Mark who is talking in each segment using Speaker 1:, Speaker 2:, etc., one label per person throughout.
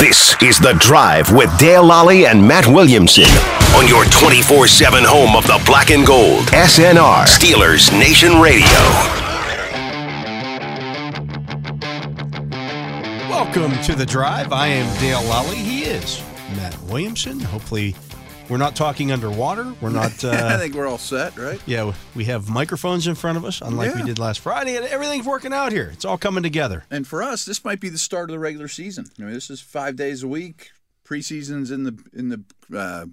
Speaker 1: This is The Drive with Dale Lally and Matt Williamson on your 24 7 home of the black and gold. SNR. Steelers Nation Radio.
Speaker 2: Welcome to the drive. I am Dale Lally. He is Matt Williamson. Hopefully, we're not talking underwater. We're not.
Speaker 3: I
Speaker 2: Uh,
Speaker 3: think we're all set, right?
Speaker 2: yeah, we have microphones in front of us, unlike we
Speaker 3: Yeah.
Speaker 2: did last Friday, and everything's working out here. It's all coming together.
Speaker 3: And for us, this might be the start of the regular season. I mean, this is five days a week. Preseason's in the in the uh,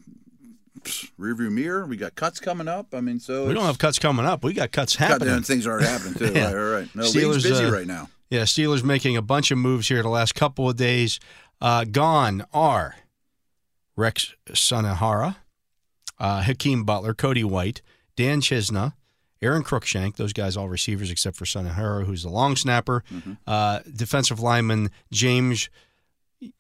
Speaker 3: rearview mirror. We got cuts coming up. I mean, so
Speaker 2: We don't have cuts coming up. We got cuts
Speaker 3: God damn,
Speaker 2: happening.
Speaker 3: things are happening too.
Speaker 2: Yeah.
Speaker 3: All right, all right. No,
Speaker 2: Steelers,
Speaker 3: league's busy
Speaker 2: uh,
Speaker 3: right now.
Speaker 2: Yeah, Steelers making a bunch of moves here the last couple of days. Uh, gone are Rex Sanahara, uh, Hakeem Butler, Cody White, Dan Chisna, Aaron Crookshank. Those guys all receivers except for Sanahara, who's the long snapper. Uh, defensive lineman James,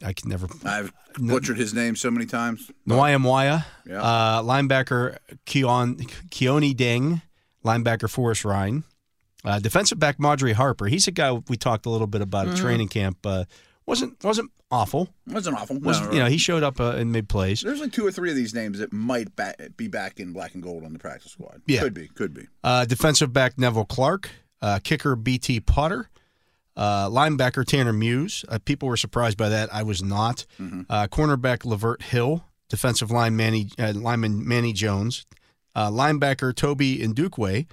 Speaker 2: I can never
Speaker 3: I've
Speaker 2: No-
Speaker 3: butchered his name so many times.
Speaker 2: Nwayamwaya,
Speaker 3: Yeah.
Speaker 2: uh, linebacker Keon, Keone Ding, linebacker Forrest Ryan, uh, defensive back Marjorie Harper. He's a guy we talked a little bit about
Speaker 3: Mm-hmm.
Speaker 2: at training camp. Uh, wasn't wasn't awful.
Speaker 3: Wasn't awful. No,
Speaker 2: Was
Speaker 3: no,
Speaker 2: you know
Speaker 3: no.
Speaker 2: he showed up uh, in mid plays.
Speaker 3: There's like two or three of these names that might ba- be back in black and gold on the practice squad.
Speaker 2: Yeah.
Speaker 3: Could be. Could be.
Speaker 2: Uh, defensive back Neville Clark, uh, kicker BT Potter, uh, linebacker Tanner Muse. Uh, people were surprised by that. I was not. Uh, cornerback Lavert Hill, defensive line Manny uh, lineman Manny Jones, uh, linebacker Toby Ndukwe.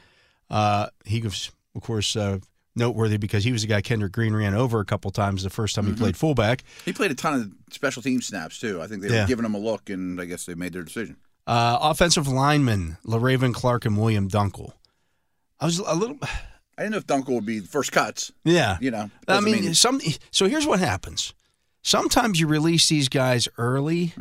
Speaker 2: Uh, he was, of course, uh, noteworthy because he was the guy Kendrick Green ran over a couple times the first time he played fullback.
Speaker 3: He played a ton of special team snaps too. I think they were
Speaker 2: Yeah.
Speaker 3: giving him a look, and I guess they made their decision.
Speaker 2: Uh, offensive linemen LaRaven Clark and William Dunkel. I was a little,
Speaker 3: I didn't know if Dunkel would be first cuts.
Speaker 2: yeah.
Speaker 3: You know,
Speaker 2: I
Speaker 3: doesn't
Speaker 2: mean, some. So here's what happens. Sometimes you release these guys early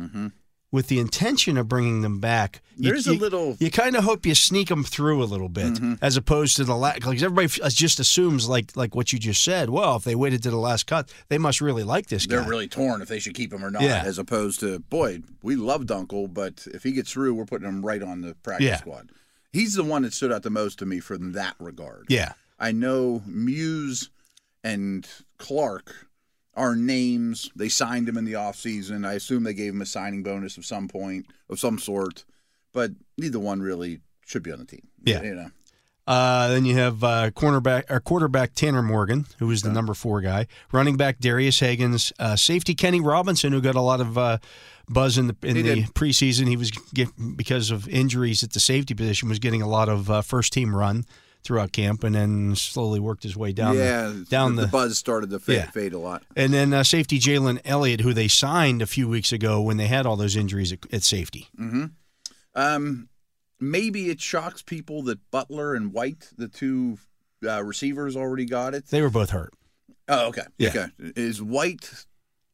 Speaker 2: with the intention of bringing them back. You-
Speaker 3: Mm-hmm. There's a
Speaker 2: you-
Speaker 3: little- Mm-hmm.
Speaker 2: You kind of hope you sneak them through a little bit, as opposed to the last. Like everybody f- uh, just assumes, like like what you just said. Well, if they waited to the last cut, they must really like this
Speaker 3: they're
Speaker 2: guy.
Speaker 3: really torn if they should keep him or not.
Speaker 2: Yeah.
Speaker 3: As opposed to, boy, we love Dunkel, but if he gets through, we're putting him right on the practice
Speaker 2: Yeah.
Speaker 3: squad. He's the one that stood out the most to me from that regard.
Speaker 2: yeah,
Speaker 3: I know Muse and Clark are names. They signed him in the offseason. I assume they gave him a signing bonus of some point, of some sort, but neither one really should be on the team.
Speaker 2: Yeah.
Speaker 3: You know,
Speaker 2: Uh, then you have uh, cornerback or quarterback Tanner Morgan, who is the number four guy. Running back Darius Higgins, uh, safety Kenny Robinson, who got a lot of uh, buzz in the in
Speaker 3: He
Speaker 2: the
Speaker 3: did.
Speaker 2: preseason. He was get, because of injuries at the safety position was getting a lot of uh, first team run throughout camp, and then slowly worked his way down. the-
Speaker 3: yeah,
Speaker 2: down
Speaker 3: the,
Speaker 2: the.
Speaker 3: buzz started to fade,
Speaker 2: Yeah.
Speaker 3: fade a lot.
Speaker 2: and then uh, safety Jalen Elliott, who they signed a few weeks ago when they had all those injuries at, at safety.
Speaker 3: Um, maybe it shocks people that Butler and White, the two uh, receivers, already got it.
Speaker 2: They were both hurt.
Speaker 3: Oh, okay.
Speaker 2: Yeah.
Speaker 3: Okay. Is White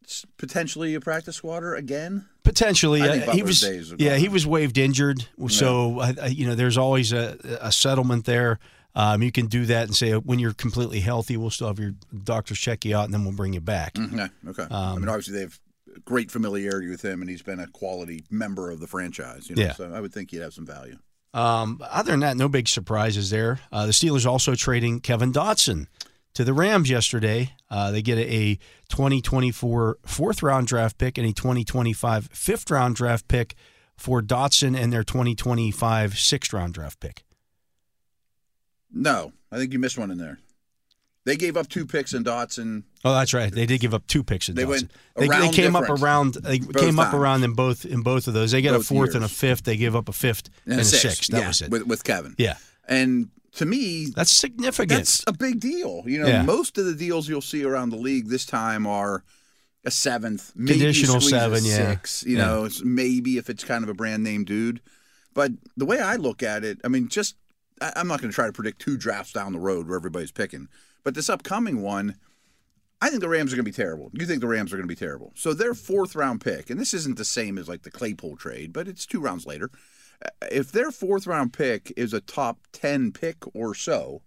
Speaker 3: s- potentially a practice squatter again?
Speaker 2: Potentially,
Speaker 3: I think
Speaker 2: uh, he
Speaker 3: Butler's
Speaker 2: was.
Speaker 3: days are
Speaker 2: yeah,
Speaker 3: gone.
Speaker 2: he was waived injured, so I I- you know there's always a, a settlement there. Um, you can do that and say when you're completely healthy, we'll still have your doctors check you out, and then we'll bring you back.
Speaker 3: Mm-hmm. Yeah. Okay. I
Speaker 2: Um,
Speaker 3: mean, obviously they have great familiarity with him, and he's been a quality member of the franchise. You know?
Speaker 2: Yeah.
Speaker 3: So I would think he'd have some value.
Speaker 2: Um, other than that, no big surprises there. Uh, the Steelers also trading Kevin Dotson to the Rams yesterday. Uh, they get a 2024 fourth round draft pick and a 2025 fifth round draft pick for Dotson and their 2025 sixth round draft pick.
Speaker 3: No, I think you missed one in there. They gave up two picks in Dotson.
Speaker 2: Oh, that's right. They did give up two picks. in
Speaker 3: They
Speaker 2: Dotson.
Speaker 3: went
Speaker 2: They, they
Speaker 3: a round
Speaker 2: came up
Speaker 3: difference
Speaker 2: around. They
Speaker 3: both
Speaker 2: came up
Speaker 3: times.
Speaker 2: around in both in both of those. They got a
Speaker 3: Both
Speaker 2: fourth and a
Speaker 3: years.
Speaker 2: fifth. They gave up a fifth and, a
Speaker 3: in
Speaker 2: sixth. That
Speaker 3: yeah,
Speaker 2: was it.
Speaker 3: With, with Kevin.
Speaker 2: yeah,
Speaker 3: And to me,
Speaker 2: that's significant.
Speaker 3: that's a big deal. You know,
Speaker 2: Yeah.
Speaker 3: most of the deals you'll see around the league this time are a seventh, maybe
Speaker 2: Conditional
Speaker 3: squeeze a
Speaker 2: seven, yeah.
Speaker 3: six. You
Speaker 2: Yeah.
Speaker 3: know, it's maybe if it's kind of a brand name dude. But the way I look at it, I mean, just I, I'm not going to try to predict two drafts down the road where everybody's picking, but this upcoming one, I think the Rams are going to be terrible. You think the Rams are going to be terrible. So their fourth round pick, and this isn't the same as like the Claypool trade, but it's two rounds later. Uh, If their fourth round pick is a top 10 pick or so,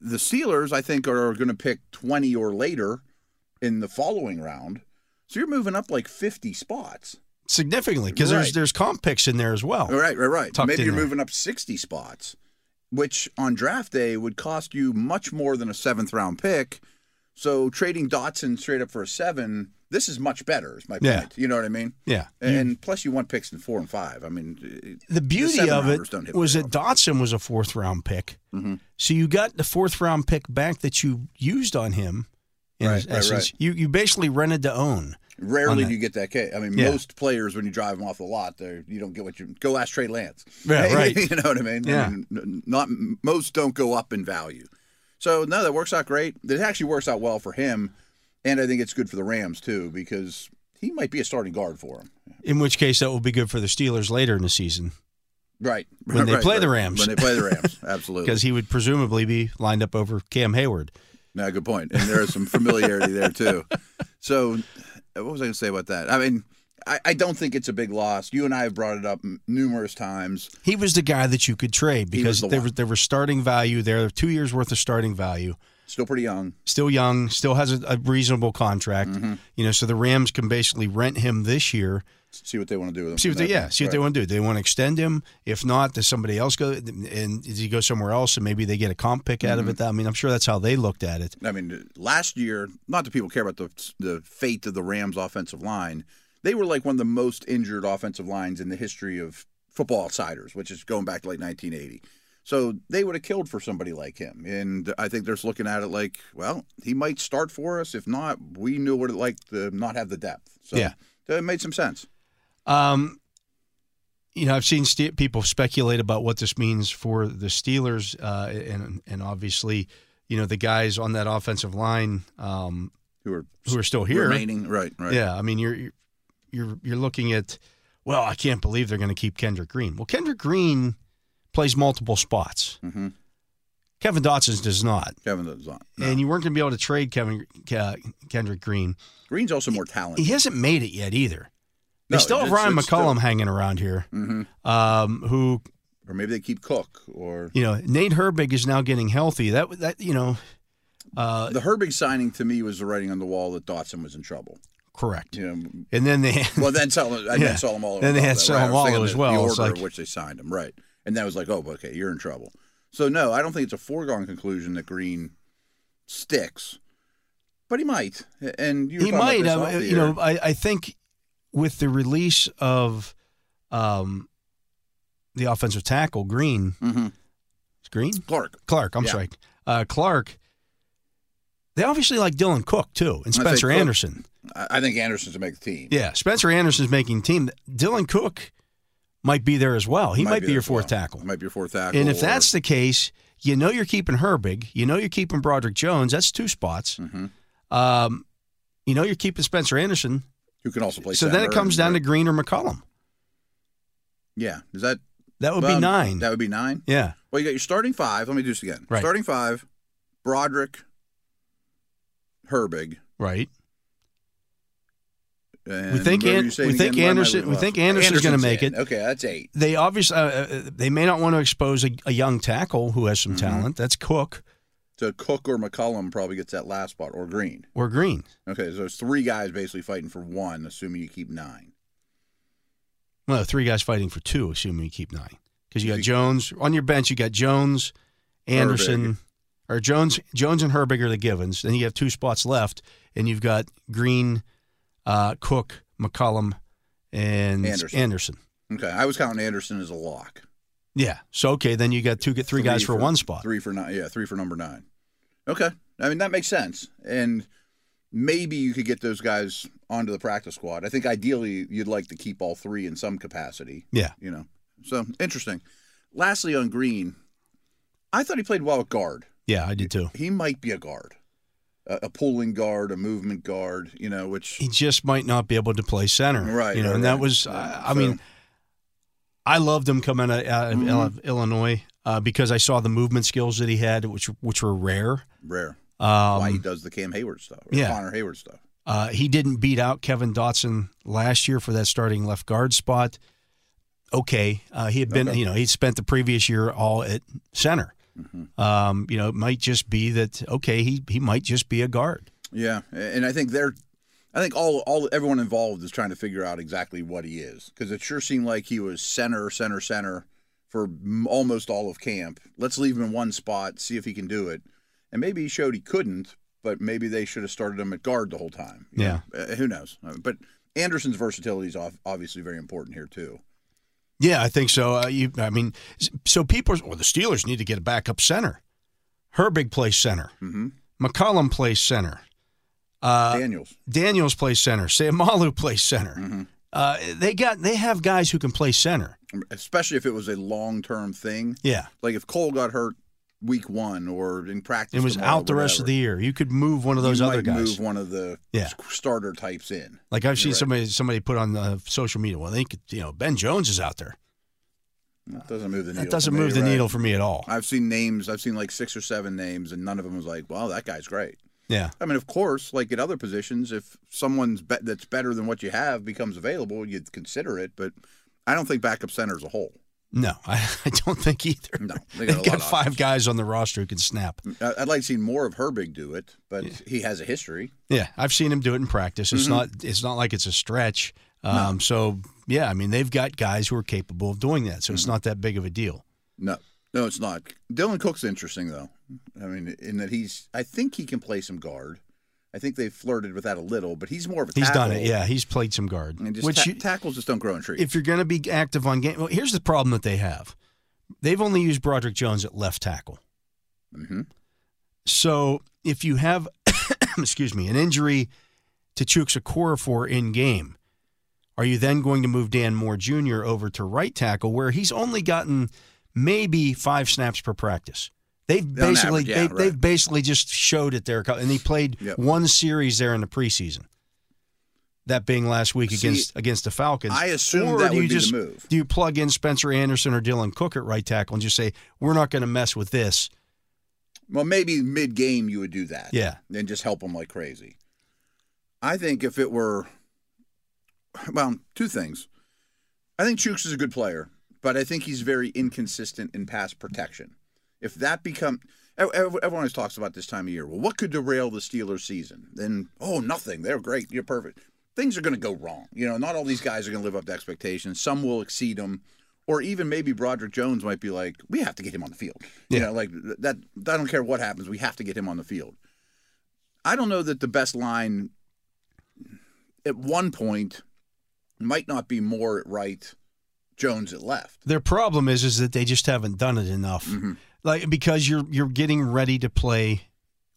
Speaker 3: the Steelers, I think, are going to pick 20 or later in the following round. So you're moving up like 50 spots.
Speaker 2: significantly because there's
Speaker 3: Right.
Speaker 2: there's comp picks in there as well.
Speaker 3: All right, right, right.
Speaker 2: Oh, Tucked
Speaker 3: Maybe
Speaker 2: in
Speaker 3: you're
Speaker 2: there.
Speaker 3: moving up 60 spots, which on draft day would cost you much more than a seventh round pick. So trading Dotson straight up for a seven, this is much better, is my point.
Speaker 2: Yeah.
Speaker 3: You know what I mean?
Speaker 2: Yeah.
Speaker 3: And plus, you want picks in four and five. I mean,
Speaker 2: The beauty
Speaker 3: seven
Speaker 2: of
Speaker 3: rounders don't
Speaker 2: it
Speaker 3: hit
Speaker 2: was
Speaker 3: very
Speaker 2: that Dotson was a fourth round pick.
Speaker 3: Mhm.
Speaker 2: So you got the fourth round pick back that you used on him. In
Speaker 3: Right, right,
Speaker 2: essence,
Speaker 3: right.
Speaker 2: you you basically rented to own.
Speaker 3: rarely
Speaker 2: on
Speaker 3: do you get that case. I mean,
Speaker 2: Yeah.
Speaker 3: most players, when you drive them off the lot, they're- you don't get what you go ask Trey Lance.
Speaker 2: Yeah, right.
Speaker 3: you know what I mean? I
Speaker 2: Yeah.
Speaker 3: mean, n- not most don't go up in value. So no, that works out great. It actually works out well for him, and I think it's good for the Rams too because he might be a starting guard for them.
Speaker 2: In which case, that will be good for the Steelers later in the season
Speaker 3: Right.
Speaker 2: When they
Speaker 3: Right,
Speaker 2: play
Speaker 3: right.
Speaker 2: the Rams.
Speaker 3: When they play the Rams, absolutely.
Speaker 2: because he would presumably be lined up over Cam Hayward.
Speaker 3: No, good point. And there is some familiarity there too. So, what was I going to say about that? I mean, I, I don't think it's a big loss. You and I have brought it up m- numerous times.
Speaker 2: He was the guy that you could trade
Speaker 3: He
Speaker 2: because
Speaker 3: was the
Speaker 2: there
Speaker 3: one.
Speaker 2: was there was starting value there, two years worth of starting value.
Speaker 3: Still pretty young.
Speaker 2: still young, still has a, a reasonable contract.
Speaker 3: Mm-hmm.
Speaker 2: You know, so the Rams can basically rent him this year.
Speaker 3: See what they want to do with him.
Speaker 2: See what they, yeah, see what they
Speaker 3: Right.
Speaker 2: want to do. They want to extend him. If not, does somebody else go and does he go somewhere else and maybe they get a comp pick out
Speaker 3: Mm-hmm.
Speaker 2: of it? I mean, I'm sure that's how they looked at it.
Speaker 3: I mean, last year, not that people care about the the fate of the Rams' offensive line. They were like one of the most injured offensive lines in the history of football outsiders, which is going back to like 1980. So they would have killed for somebody like him. And I think they're just looking at it like, well, he might start for us. If not, we knew what it like to not have the depth. So
Speaker 2: Yeah.
Speaker 3: it made some sense.
Speaker 2: Um, you know, I've seen ste people speculate about what this means for the Steelers, uh, and and obviously, you know, the guys on that offensive line um,
Speaker 3: Who are
Speaker 2: who are still here.
Speaker 3: remaining? Right, right.
Speaker 2: Yeah, I mean you're you're- you're you're looking at well, I can't believe they're going to keep Kendrick Green. Well, Kendrick Green plays multiple spots.
Speaker 3: Mhm.
Speaker 2: Kevin Dotson does not,
Speaker 3: Kevin does not. No.
Speaker 2: and you weren't going to be able to trade Kevin uh, Kendrick Green.
Speaker 3: Green's also more talented.
Speaker 2: He hasn't made it yet either. They
Speaker 3: No,
Speaker 2: still have
Speaker 3: it's-
Speaker 2: Ryan
Speaker 3: it's
Speaker 2: McCollum
Speaker 3: still-
Speaker 2: hanging around here,
Speaker 3: Mhm.
Speaker 2: um, who
Speaker 3: Or maybe they keep Cook or
Speaker 2: you know Nate Herbig is now getting healthy. That that you know, uh,
Speaker 3: the Herbig signing to me was the writing on the wall that Dotson was in trouble.
Speaker 2: correct.
Speaker 3: You know,
Speaker 2: And then they
Speaker 3: well then sell I
Speaker 2: Yeah.
Speaker 3: then saw them all. Over
Speaker 2: Then they
Speaker 3: top
Speaker 2: had
Speaker 3: of that,
Speaker 2: Solomon
Speaker 3: right? I was thinking
Speaker 2: Wallow
Speaker 3: the-
Speaker 2: as well.
Speaker 3: The
Speaker 2: It's
Speaker 3: order
Speaker 2: like-
Speaker 3: in which they signed him, right? And that was like, oh, okay, you're in trouble. So no, I don't think it's a foregone conclusion that Green sticks, but he might. And you were
Speaker 2: he
Speaker 3: talking about
Speaker 2: might.
Speaker 3: this
Speaker 2: um,
Speaker 3: off the
Speaker 2: you know,
Speaker 3: air.
Speaker 2: I, I think with the release of um, the offensive tackle Green,
Speaker 3: Mhm.
Speaker 2: it's Green
Speaker 3: Clark.
Speaker 2: Clark. I'm
Speaker 3: Yeah.
Speaker 2: sorry, uh, Clark. They obviously like Dylan Cook too, and
Speaker 3: I think
Speaker 2: Spencer
Speaker 3: Cook-
Speaker 2: Anderson.
Speaker 3: I, I think Anderson's to make the team.
Speaker 2: Yeah, Spencer Anderson's making team. Dylan Cook might be there as well. He might, be,
Speaker 3: there
Speaker 2: your
Speaker 3: as
Speaker 2: fourth
Speaker 3: well.
Speaker 2: tackle.
Speaker 3: Might be your fourth tackle.
Speaker 2: And if
Speaker 3: or-
Speaker 2: that's the case, you know you're keeping Herbig. You know you're keeping Broderick Jones. That's two spots.
Speaker 3: Mhm.
Speaker 2: Um, you know you're keeping Spencer Anderson.
Speaker 3: who can also play.
Speaker 2: so then it
Speaker 3: center
Speaker 2: comes
Speaker 3: and-
Speaker 2: down to Green or McCollum.
Speaker 3: yeah. Is that
Speaker 2: That would
Speaker 3: well,
Speaker 2: be nine.
Speaker 3: That would be nine.
Speaker 2: yeah.
Speaker 3: Well, you got your starting five. Let me do this again.
Speaker 2: Right.
Speaker 3: Starting five: Broderick, Herbig.
Speaker 2: Right.
Speaker 3: And
Speaker 2: we think
Speaker 3: where were
Speaker 2: An-
Speaker 3: you
Speaker 2: we
Speaker 3: saying
Speaker 2: think
Speaker 3: again? Why am I
Speaker 2: Anderson.
Speaker 3: losing
Speaker 2: We
Speaker 3: my-
Speaker 2: think Anderson's going to make
Speaker 3: in.
Speaker 2: it.
Speaker 3: Okay, that's eight.
Speaker 2: They obviously uh, uh, they may not want to expose a, a young tackle who has some
Speaker 3: Mm-hmm.
Speaker 2: talent. That's Cook
Speaker 3: So Cook or McCollum probably gets that last spot or Green.
Speaker 2: or Green.
Speaker 3: Okay, so it's three guys basically fighting for one, assuming you keep nine.
Speaker 2: Well, three guys fighting for two, assuming you keep nine, because you got
Speaker 3: Easy.
Speaker 2: Jones on your bench. You got Jones, Anderson, or Jones, Jones and Herbig are the givens. Then you have two spots left, and you've got Green, uh, Cook, McCollum, and
Speaker 3: Anderson.
Speaker 2: Anderson.
Speaker 3: Okay, I was counting Anderson as a lock.
Speaker 2: Yeah. So okay, then you got two get three, guys for, one spot.
Speaker 3: Three for nine. Yeah, three for number nine. Okay, I mean that makes sense, and maybe you could get those guys onto the practice squad. I think ideally you'd like to keep all three in some capacity.
Speaker 2: Yeah.
Speaker 3: you know. So interesting. Lastly, on Green, I thought he played well at guard.
Speaker 2: Yeah, I did too.
Speaker 3: He might be a guard, a, a pulling guard, a movement guard. You know, which
Speaker 2: He just might not be able to play center.
Speaker 3: Right,
Speaker 2: You know,
Speaker 3: right,
Speaker 2: and that
Speaker 3: right.
Speaker 2: was.
Speaker 3: Yeah,
Speaker 2: I I
Speaker 3: so-
Speaker 2: mean, I loved him coming out of,
Speaker 3: Mm-hmm.
Speaker 2: out of Illinois uh, because I saw the movement skills that he had, which which were rare.
Speaker 3: rare.
Speaker 2: Um,
Speaker 3: why he does the Cam Hayward stuff, or
Speaker 2: yeah.
Speaker 3: Connor Hayward stuff.
Speaker 2: Uh, he didn't beat out Kevin Dotson last year for that starting left guard spot. Okay, uh, he had been,
Speaker 3: Okay.
Speaker 2: you know, he spent the previous year all at center. Um, you know, it might just be that okay, he he might just be a guard.
Speaker 3: Yeah, and I think they're, I think all all everyone involved is trying to figure out exactly what he is because it sure seemed like he was center, center, center for m- almost all of camp. Let's leave him in one spot, see if he can do it, and maybe he showed he couldn't, but maybe they should have started him at guard the whole time. you
Speaker 2: Yeah.
Speaker 3: know? Uh, who knows? Uh, But Anderson's versatility is off, obviously very important here too.
Speaker 2: Yeah, I think so. Uh, you, I mean, s- so people, are- well, the Steelers need to get a backup center. Herbig plays center.
Speaker 3: Mhm.
Speaker 2: McCollum plays center. Uh,
Speaker 3: Daniels,
Speaker 2: Daniels plays center. Samalu plays center. Uh, they got they have guys who can play center.
Speaker 3: um, especially if it was a long term thing,
Speaker 2: Yeah,
Speaker 3: like if Cole got hurt week one or in practice,
Speaker 2: it was
Speaker 3: tomorrow,
Speaker 2: out the rest of
Speaker 3: whatever.
Speaker 2: the year. You could move one of those
Speaker 3: you
Speaker 2: other
Speaker 3: might
Speaker 2: guys.
Speaker 3: move one of the
Speaker 2: Yeah.
Speaker 3: starter types in.
Speaker 2: like I've seen
Speaker 3: You're right.
Speaker 2: somebody somebody put on uh, social media. Well, they could, you know Ben Jones is out there.
Speaker 3: That doesn't move the needle.
Speaker 2: That doesn't
Speaker 3: for me,
Speaker 2: move the
Speaker 3: right?
Speaker 2: needle for me at all.
Speaker 3: I've seen names. I've seen like six or seven names, and none of them was like, "Wow, that guy's great."
Speaker 2: Yeah,
Speaker 3: I mean, of course, like at other positions, if someone's bet that's better than what you have becomes available, you'd consider it. But I don't think backup center is a whole.
Speaker 2: no, I, I don't think either.
Speaker 3: No, they got
Speaker 2: They've
Speaker 3: a lot
Speaker 2: got
Speaker 3: of
Speaker 2: five
Speaker 3: options. Mm.
Speaker 2: guys on the roster who can snap.
Speaker 3: I- I'd like to see more of Herbig do it, but he has a history.
Speaker 2: Yeah, I've seen him do it in practice.
Speaker 3: Mm-hmm.
Speaker 2: It's not it's not like it's a stretch. Um, So yeah, I mean they've got guys who are capable of doing that. So
Speaker 3: Mm-hmm.
Speaker 2: it's not that big of a deal.
Speaker 3: No, no, it's not. Dylan Cook's interesting though. I mean, in that he's. I think he can play some guard. I think they flirted with that a little, but he's more of a.
Speaker 2: He's done it.
Speaker 3: tackle.
Speaker 2: Yeah, he's played some guard.
Speaker 3: And just
Speaker 2: which
Speaker 3: ta-
Speaker 2: you-
Speaker 3: tackles just don't grow in trees.
Speaker 2: if you're going to be active on game, well, here's the problem that they have. They've only used Broderick Jones at left tackle.
Speaker 3: mm-hmm.
Speaker 2: So if you have, excuse me, an injury to Chukwuokorafor in game, are you then going to move Dan Moore Jr. over to right tackle where he's only gotten maybe five snaps per practice? They've basically
Speaker 3: average, yeah,
Speaker 2: they,
Speaker 3: right.
Speaker 2: they've basically just showed it there, and he played
Speaker 3: Yep.
Speaker 2: one series there in the preseason. That being last week
Speaker 3: See,
Speaker 2: against against the Falcons,
Speaker 3: I assumed
Speaker 2: Or
Speaker 3: that
Speaker 2: do
Speaker 3: would
Speaker 2: you
Speaker 3: be the
Speaker 2: just-
Speaker 3: move.
Speaker 2: Do you plug in Spencer Anderson or Dylan Cook at right tackle and just say we're not going to mess with this?
Speaker 3: Well, maybe mid game you would do that.
Speaker 2: Yeah.
Speaker 3: And just help them like crazy. I think if it were, well, two things. I think Chooks is a good player, but I think he's very inconsistent in pass protection. If that become, ev- ev- everyone always talks about this time of year. Well, what could derail the Steelers' season? Then, oh, nothing. They're great. You're perfect. Things are going to go wrong. You know, not all these guys are going to live up to expectations. Some will exceed them, or even maybe Broderick Jones might be like, we have to get him on the field. You
Speaker 2: Yeah.
Speaker 3: know, like th- that. I don't care what happens. We have to get him on the field. I don't know that the best line at one point might not be more at right, Jones at left.
Speaker 2: Their problem is is that they just haven't done it enough.
Speaker 3: Mm-hmm.
Speaker 2: Like because you're you're getting ready to play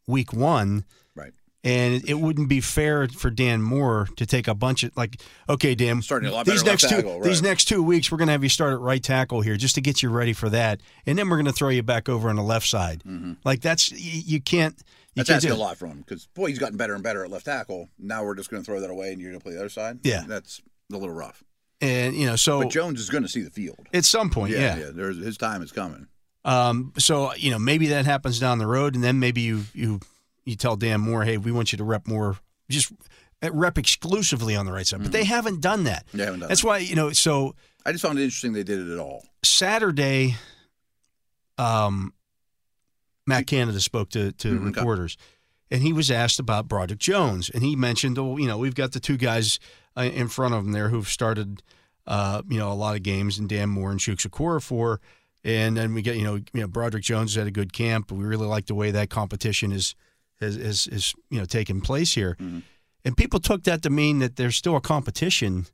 Speaker 2: week one,
Speaker 3: Right.
Speaker 2: and it, it wouldn't be fair for Dan Moore to take a bunch of like, okay, Dan,
Speaker 3: Starting a lot
Speaker 2: these
Speaker 3: better
Speaker 2: next
Speaker 3: left
Speaker 2: two
Speaker 3: tackle,
Speaker 2: these
Speaker 3: right.
Speaker 2: next two weeks we're going to have you start at right tackle here just to get you ready for that, and then we're going to throw you back over on the left side. Like that's you, you can't. You
Speaker 3: Mm-hmm. That's
Speaker 2: can't do
Speaker 3: asking a
Speaker 2: it.
Speaker 3: lot from him because boy, he's gotten better and better at left tackle. Now we're just going to throw that away, and you're going to play the other side.
Speaker 2: Yeah.
Speaker 3: that's a little rough.
Speaker 2: and you know so
Speaker 3: But Jones is going to see the field.
Speaker 2: at some point, yeah.
Speaker 3: there's his time is coming.
Speaker 2: Um, so you know maybe that happens down the road, and then maybe you you you tell Dan Moore, hey, we want you to rep more, just eh, rep exclusively on the right side. But they haven't done that.
Speaker 3: Mm-hmm. They haven't done
Speaker 2: That's
Speaker 3: that.
Speaker 2: why you know. So
Speaker 3: I just found it interesting they did it at all.
Speaker 2: Saturday, um, Matt Canada spoke to to
Speaker 3: Mhm.
Speaker 2: reporters, and he was asked about Broderick Jones, and he mentioned, oh, you know, we've got the two guys uh, in front of him there who've started, uh, you know, a lot of games, and Dan Moore and Shukes for, and then we get, you know, you know, Broderick Jones had a good camp. We really like the way that competition is has is, is you know taking place here, and people took that to mean that there's still a competition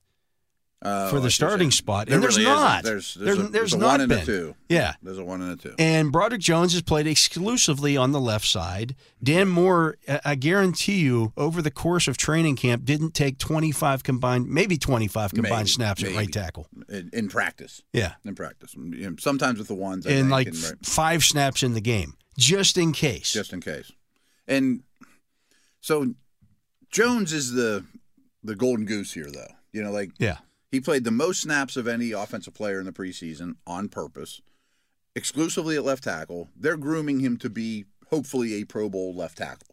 Speaker 3: Uh,
Speaker 2: for the starting spot, and there's not.
Speaker 3: There's there's,
Speaker 2: There-
Speaker 3: a, there's
Speaker 2: there's
Speaker 3: a
Speaker 2: not
Speaker 3: one and a
Speaker 2: been.
Speaker 3: two.
Speaker 2: yeah.
Speaker 3: There's a one and a two.
Speaker 2: And Broderick Jones has played exclusively on the left side. Dan Moore, I- I guarantee you, over the course of training camp, didn't take 25 combined, maybe 25 combined
Speaker 3: Maybe,
Speaker 2: snaps at
Speaker 3: maybe.
Speaker 2: right tackle.
Speaker 3: in, in practice,
Speaker 2: Yeah.
Speaker 3: in practice, You know, sometimes with the ones I
Speaker 2: and
Speaker 3: think,
Speaker 2: like
Speaker 3: and,
Speaker 2: f-
Speaker 3: right,
Speaker 2: five snaps in the game, just in case.
Speaker 3: just in case. And so Jones is the the golden goose here, though. You know, like
Speaker 2: yeah.
Speaker 3: He played the most snaps of any offensive player in the preseason on purpose, exclusively at left tackle. They're grooming him to be hopefully a Pro Bowl left tackle.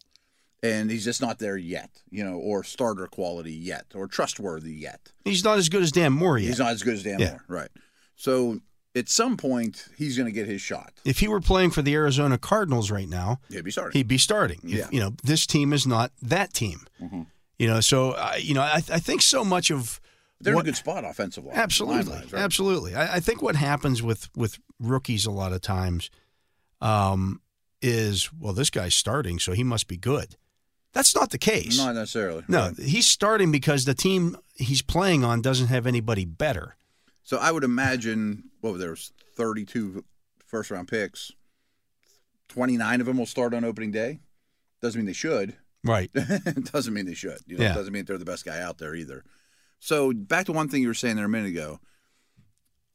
Speaker 3: And he's just not there yet, you know, or starter quality yet, or trustworthy yet.
Speaker 2: He's not as good as Dan Moore yet.
Speaker 3: He's not as good as Dan
Speaker 2: Yeah.
Speaker 3: Moore, right? So at some point, he's going to get his shot.
Speaker 2: If he were playing for the Arizona Cardinals right now,
Speaker 3: He'll be starting.
Speaker 2: he'd be starting. If-
Speaker 3: Yeah. Mm-hmm.
Speaker 2: you know, this team is not that team. You know, so uh, you know, I, I think so much of
Speaker 3: They're
Speaker 2: what-
Speaker 3: in a good spot offensive line.
Speaker 2: absolutely,
Speaker 3: line-wise, right?
Speaker 2: absolutely. I, I think what happens with with rookies a lot of times um, is well, this guy's starting, so he must be good. That's not the case.
Speaker 3: Not necessarily.
Speaker 2: no,
Speaker 3: right?
Speaker 2: he's starting because the team he's playing on doesn't have anybody better.
Speaker 3: So I would imagine, well, there's 32 first round picks. 29 of them will start on opening day. Doesn't mean they should.
Speaker 2: Right.
Speaker 3: doesn't mean they should. You know,
Speaker 2: Yeah.
Speaker 3: Doesn't mean they're the best guy out there either. So back to one thing you were saying there a minute ago.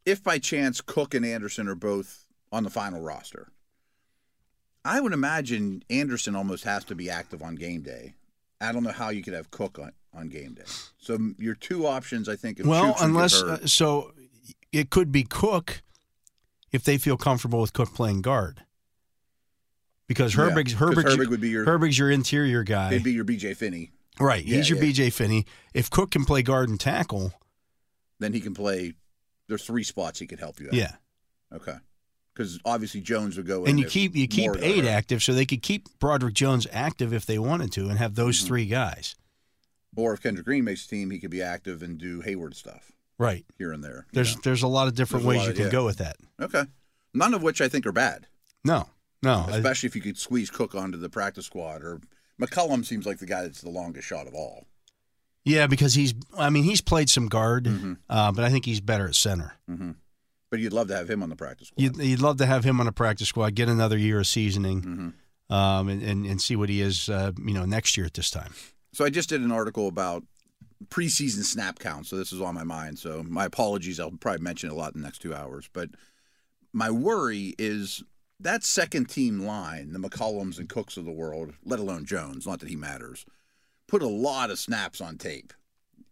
Speaker 3: If by chance Cook and Anderson are both on the final roster, I would imagine Anderson almost has to be active on game day. I don't know how you could have Cook on, on game day. So your two options, I think, if
Speaker 2: Well,
Speaker 3: Chooks and
Speaker 2: unless
Speaker 3: Gavert-
Speaker 2: uh, so, it could be Cook if they feel comfortable with Cook playing guard, because
Speaker 3: Yeah,
Speaker 2: Herbig's
Speaker 3: 'cause
Speaker 2: Herbig's,
Speaker 3: Herbig would be your-
Speaker 2: Herbig's your interior guy,
Speaker 3: it'd be your BJ Finney.
Speaker 2: right?
Speaker 3: yeah,
Speaker 2: he's your
Speaker 3: yeah.
Speaker 2: BJ Finney. If Cook can play guard and tackle,
Speaker 3: Then he can play. There's three spots he could help you. At.
Speaker 2: yeah,
Speaker 3: Okay. Because obviously Jones would go in.
Speaker 2: and you
Speaker 3: if
Speaker 2: keep you keep
Speaker 3: Moore got
Speaker 2: eight
Speaker 3: hurt.
Speaker 2: active, so they could keep Broderick Jones active if they wanted to, and have those
Speaker 3: Mm-hmm.
Speaker 2: three guys,
Speaker 3: Or if Kendrick Green makes the team, he could be active and do Hayward stuff
Speaker 2: right?
Speaker 3: here and there. you
Speaker 2: There's
Speaker 3: know?
Speaker 2: there's a lot of different
Speaker 3: There's
Speaker 2: ways
Speaker 3: a lot
Speaker 2: you
Speaker 3: of-
Speaker 2: can
Speaker 3: yeah.
Speaker 2: go with that.
Speaker 3: okay. None of which I think are bad,
Speaker 2: No, no, I-
Speaker 3: especially if you could squeeze Cook onto the practice squad. Or McCollum seems like the guy that's the longest shot of all.
Speaker 2: yeah, because he's I mean he's played some guard,
Speaker 3: Mm-hmm.
Speaker 2: uh, but I think he's better at center.
Speaker 3: But you'd love to have him on the practice squad.
Speaker 2: You'd, you'd love to have him on a practice squad, get another year of seasoning,
Speaker 3: Mm-hmm.
Speaker 2: um, and, and and see what he is, uh, you know, next year at this time.
Speaker 3: So I just did an article about preseason snap count. So this is on my mind. So my apologies. I'll probably mention it a lot in the next two hours. But my worry is that second team line, the McCollums and Cooks of the world, let alone Jones, not that he matters, put a lot of snaps on tape.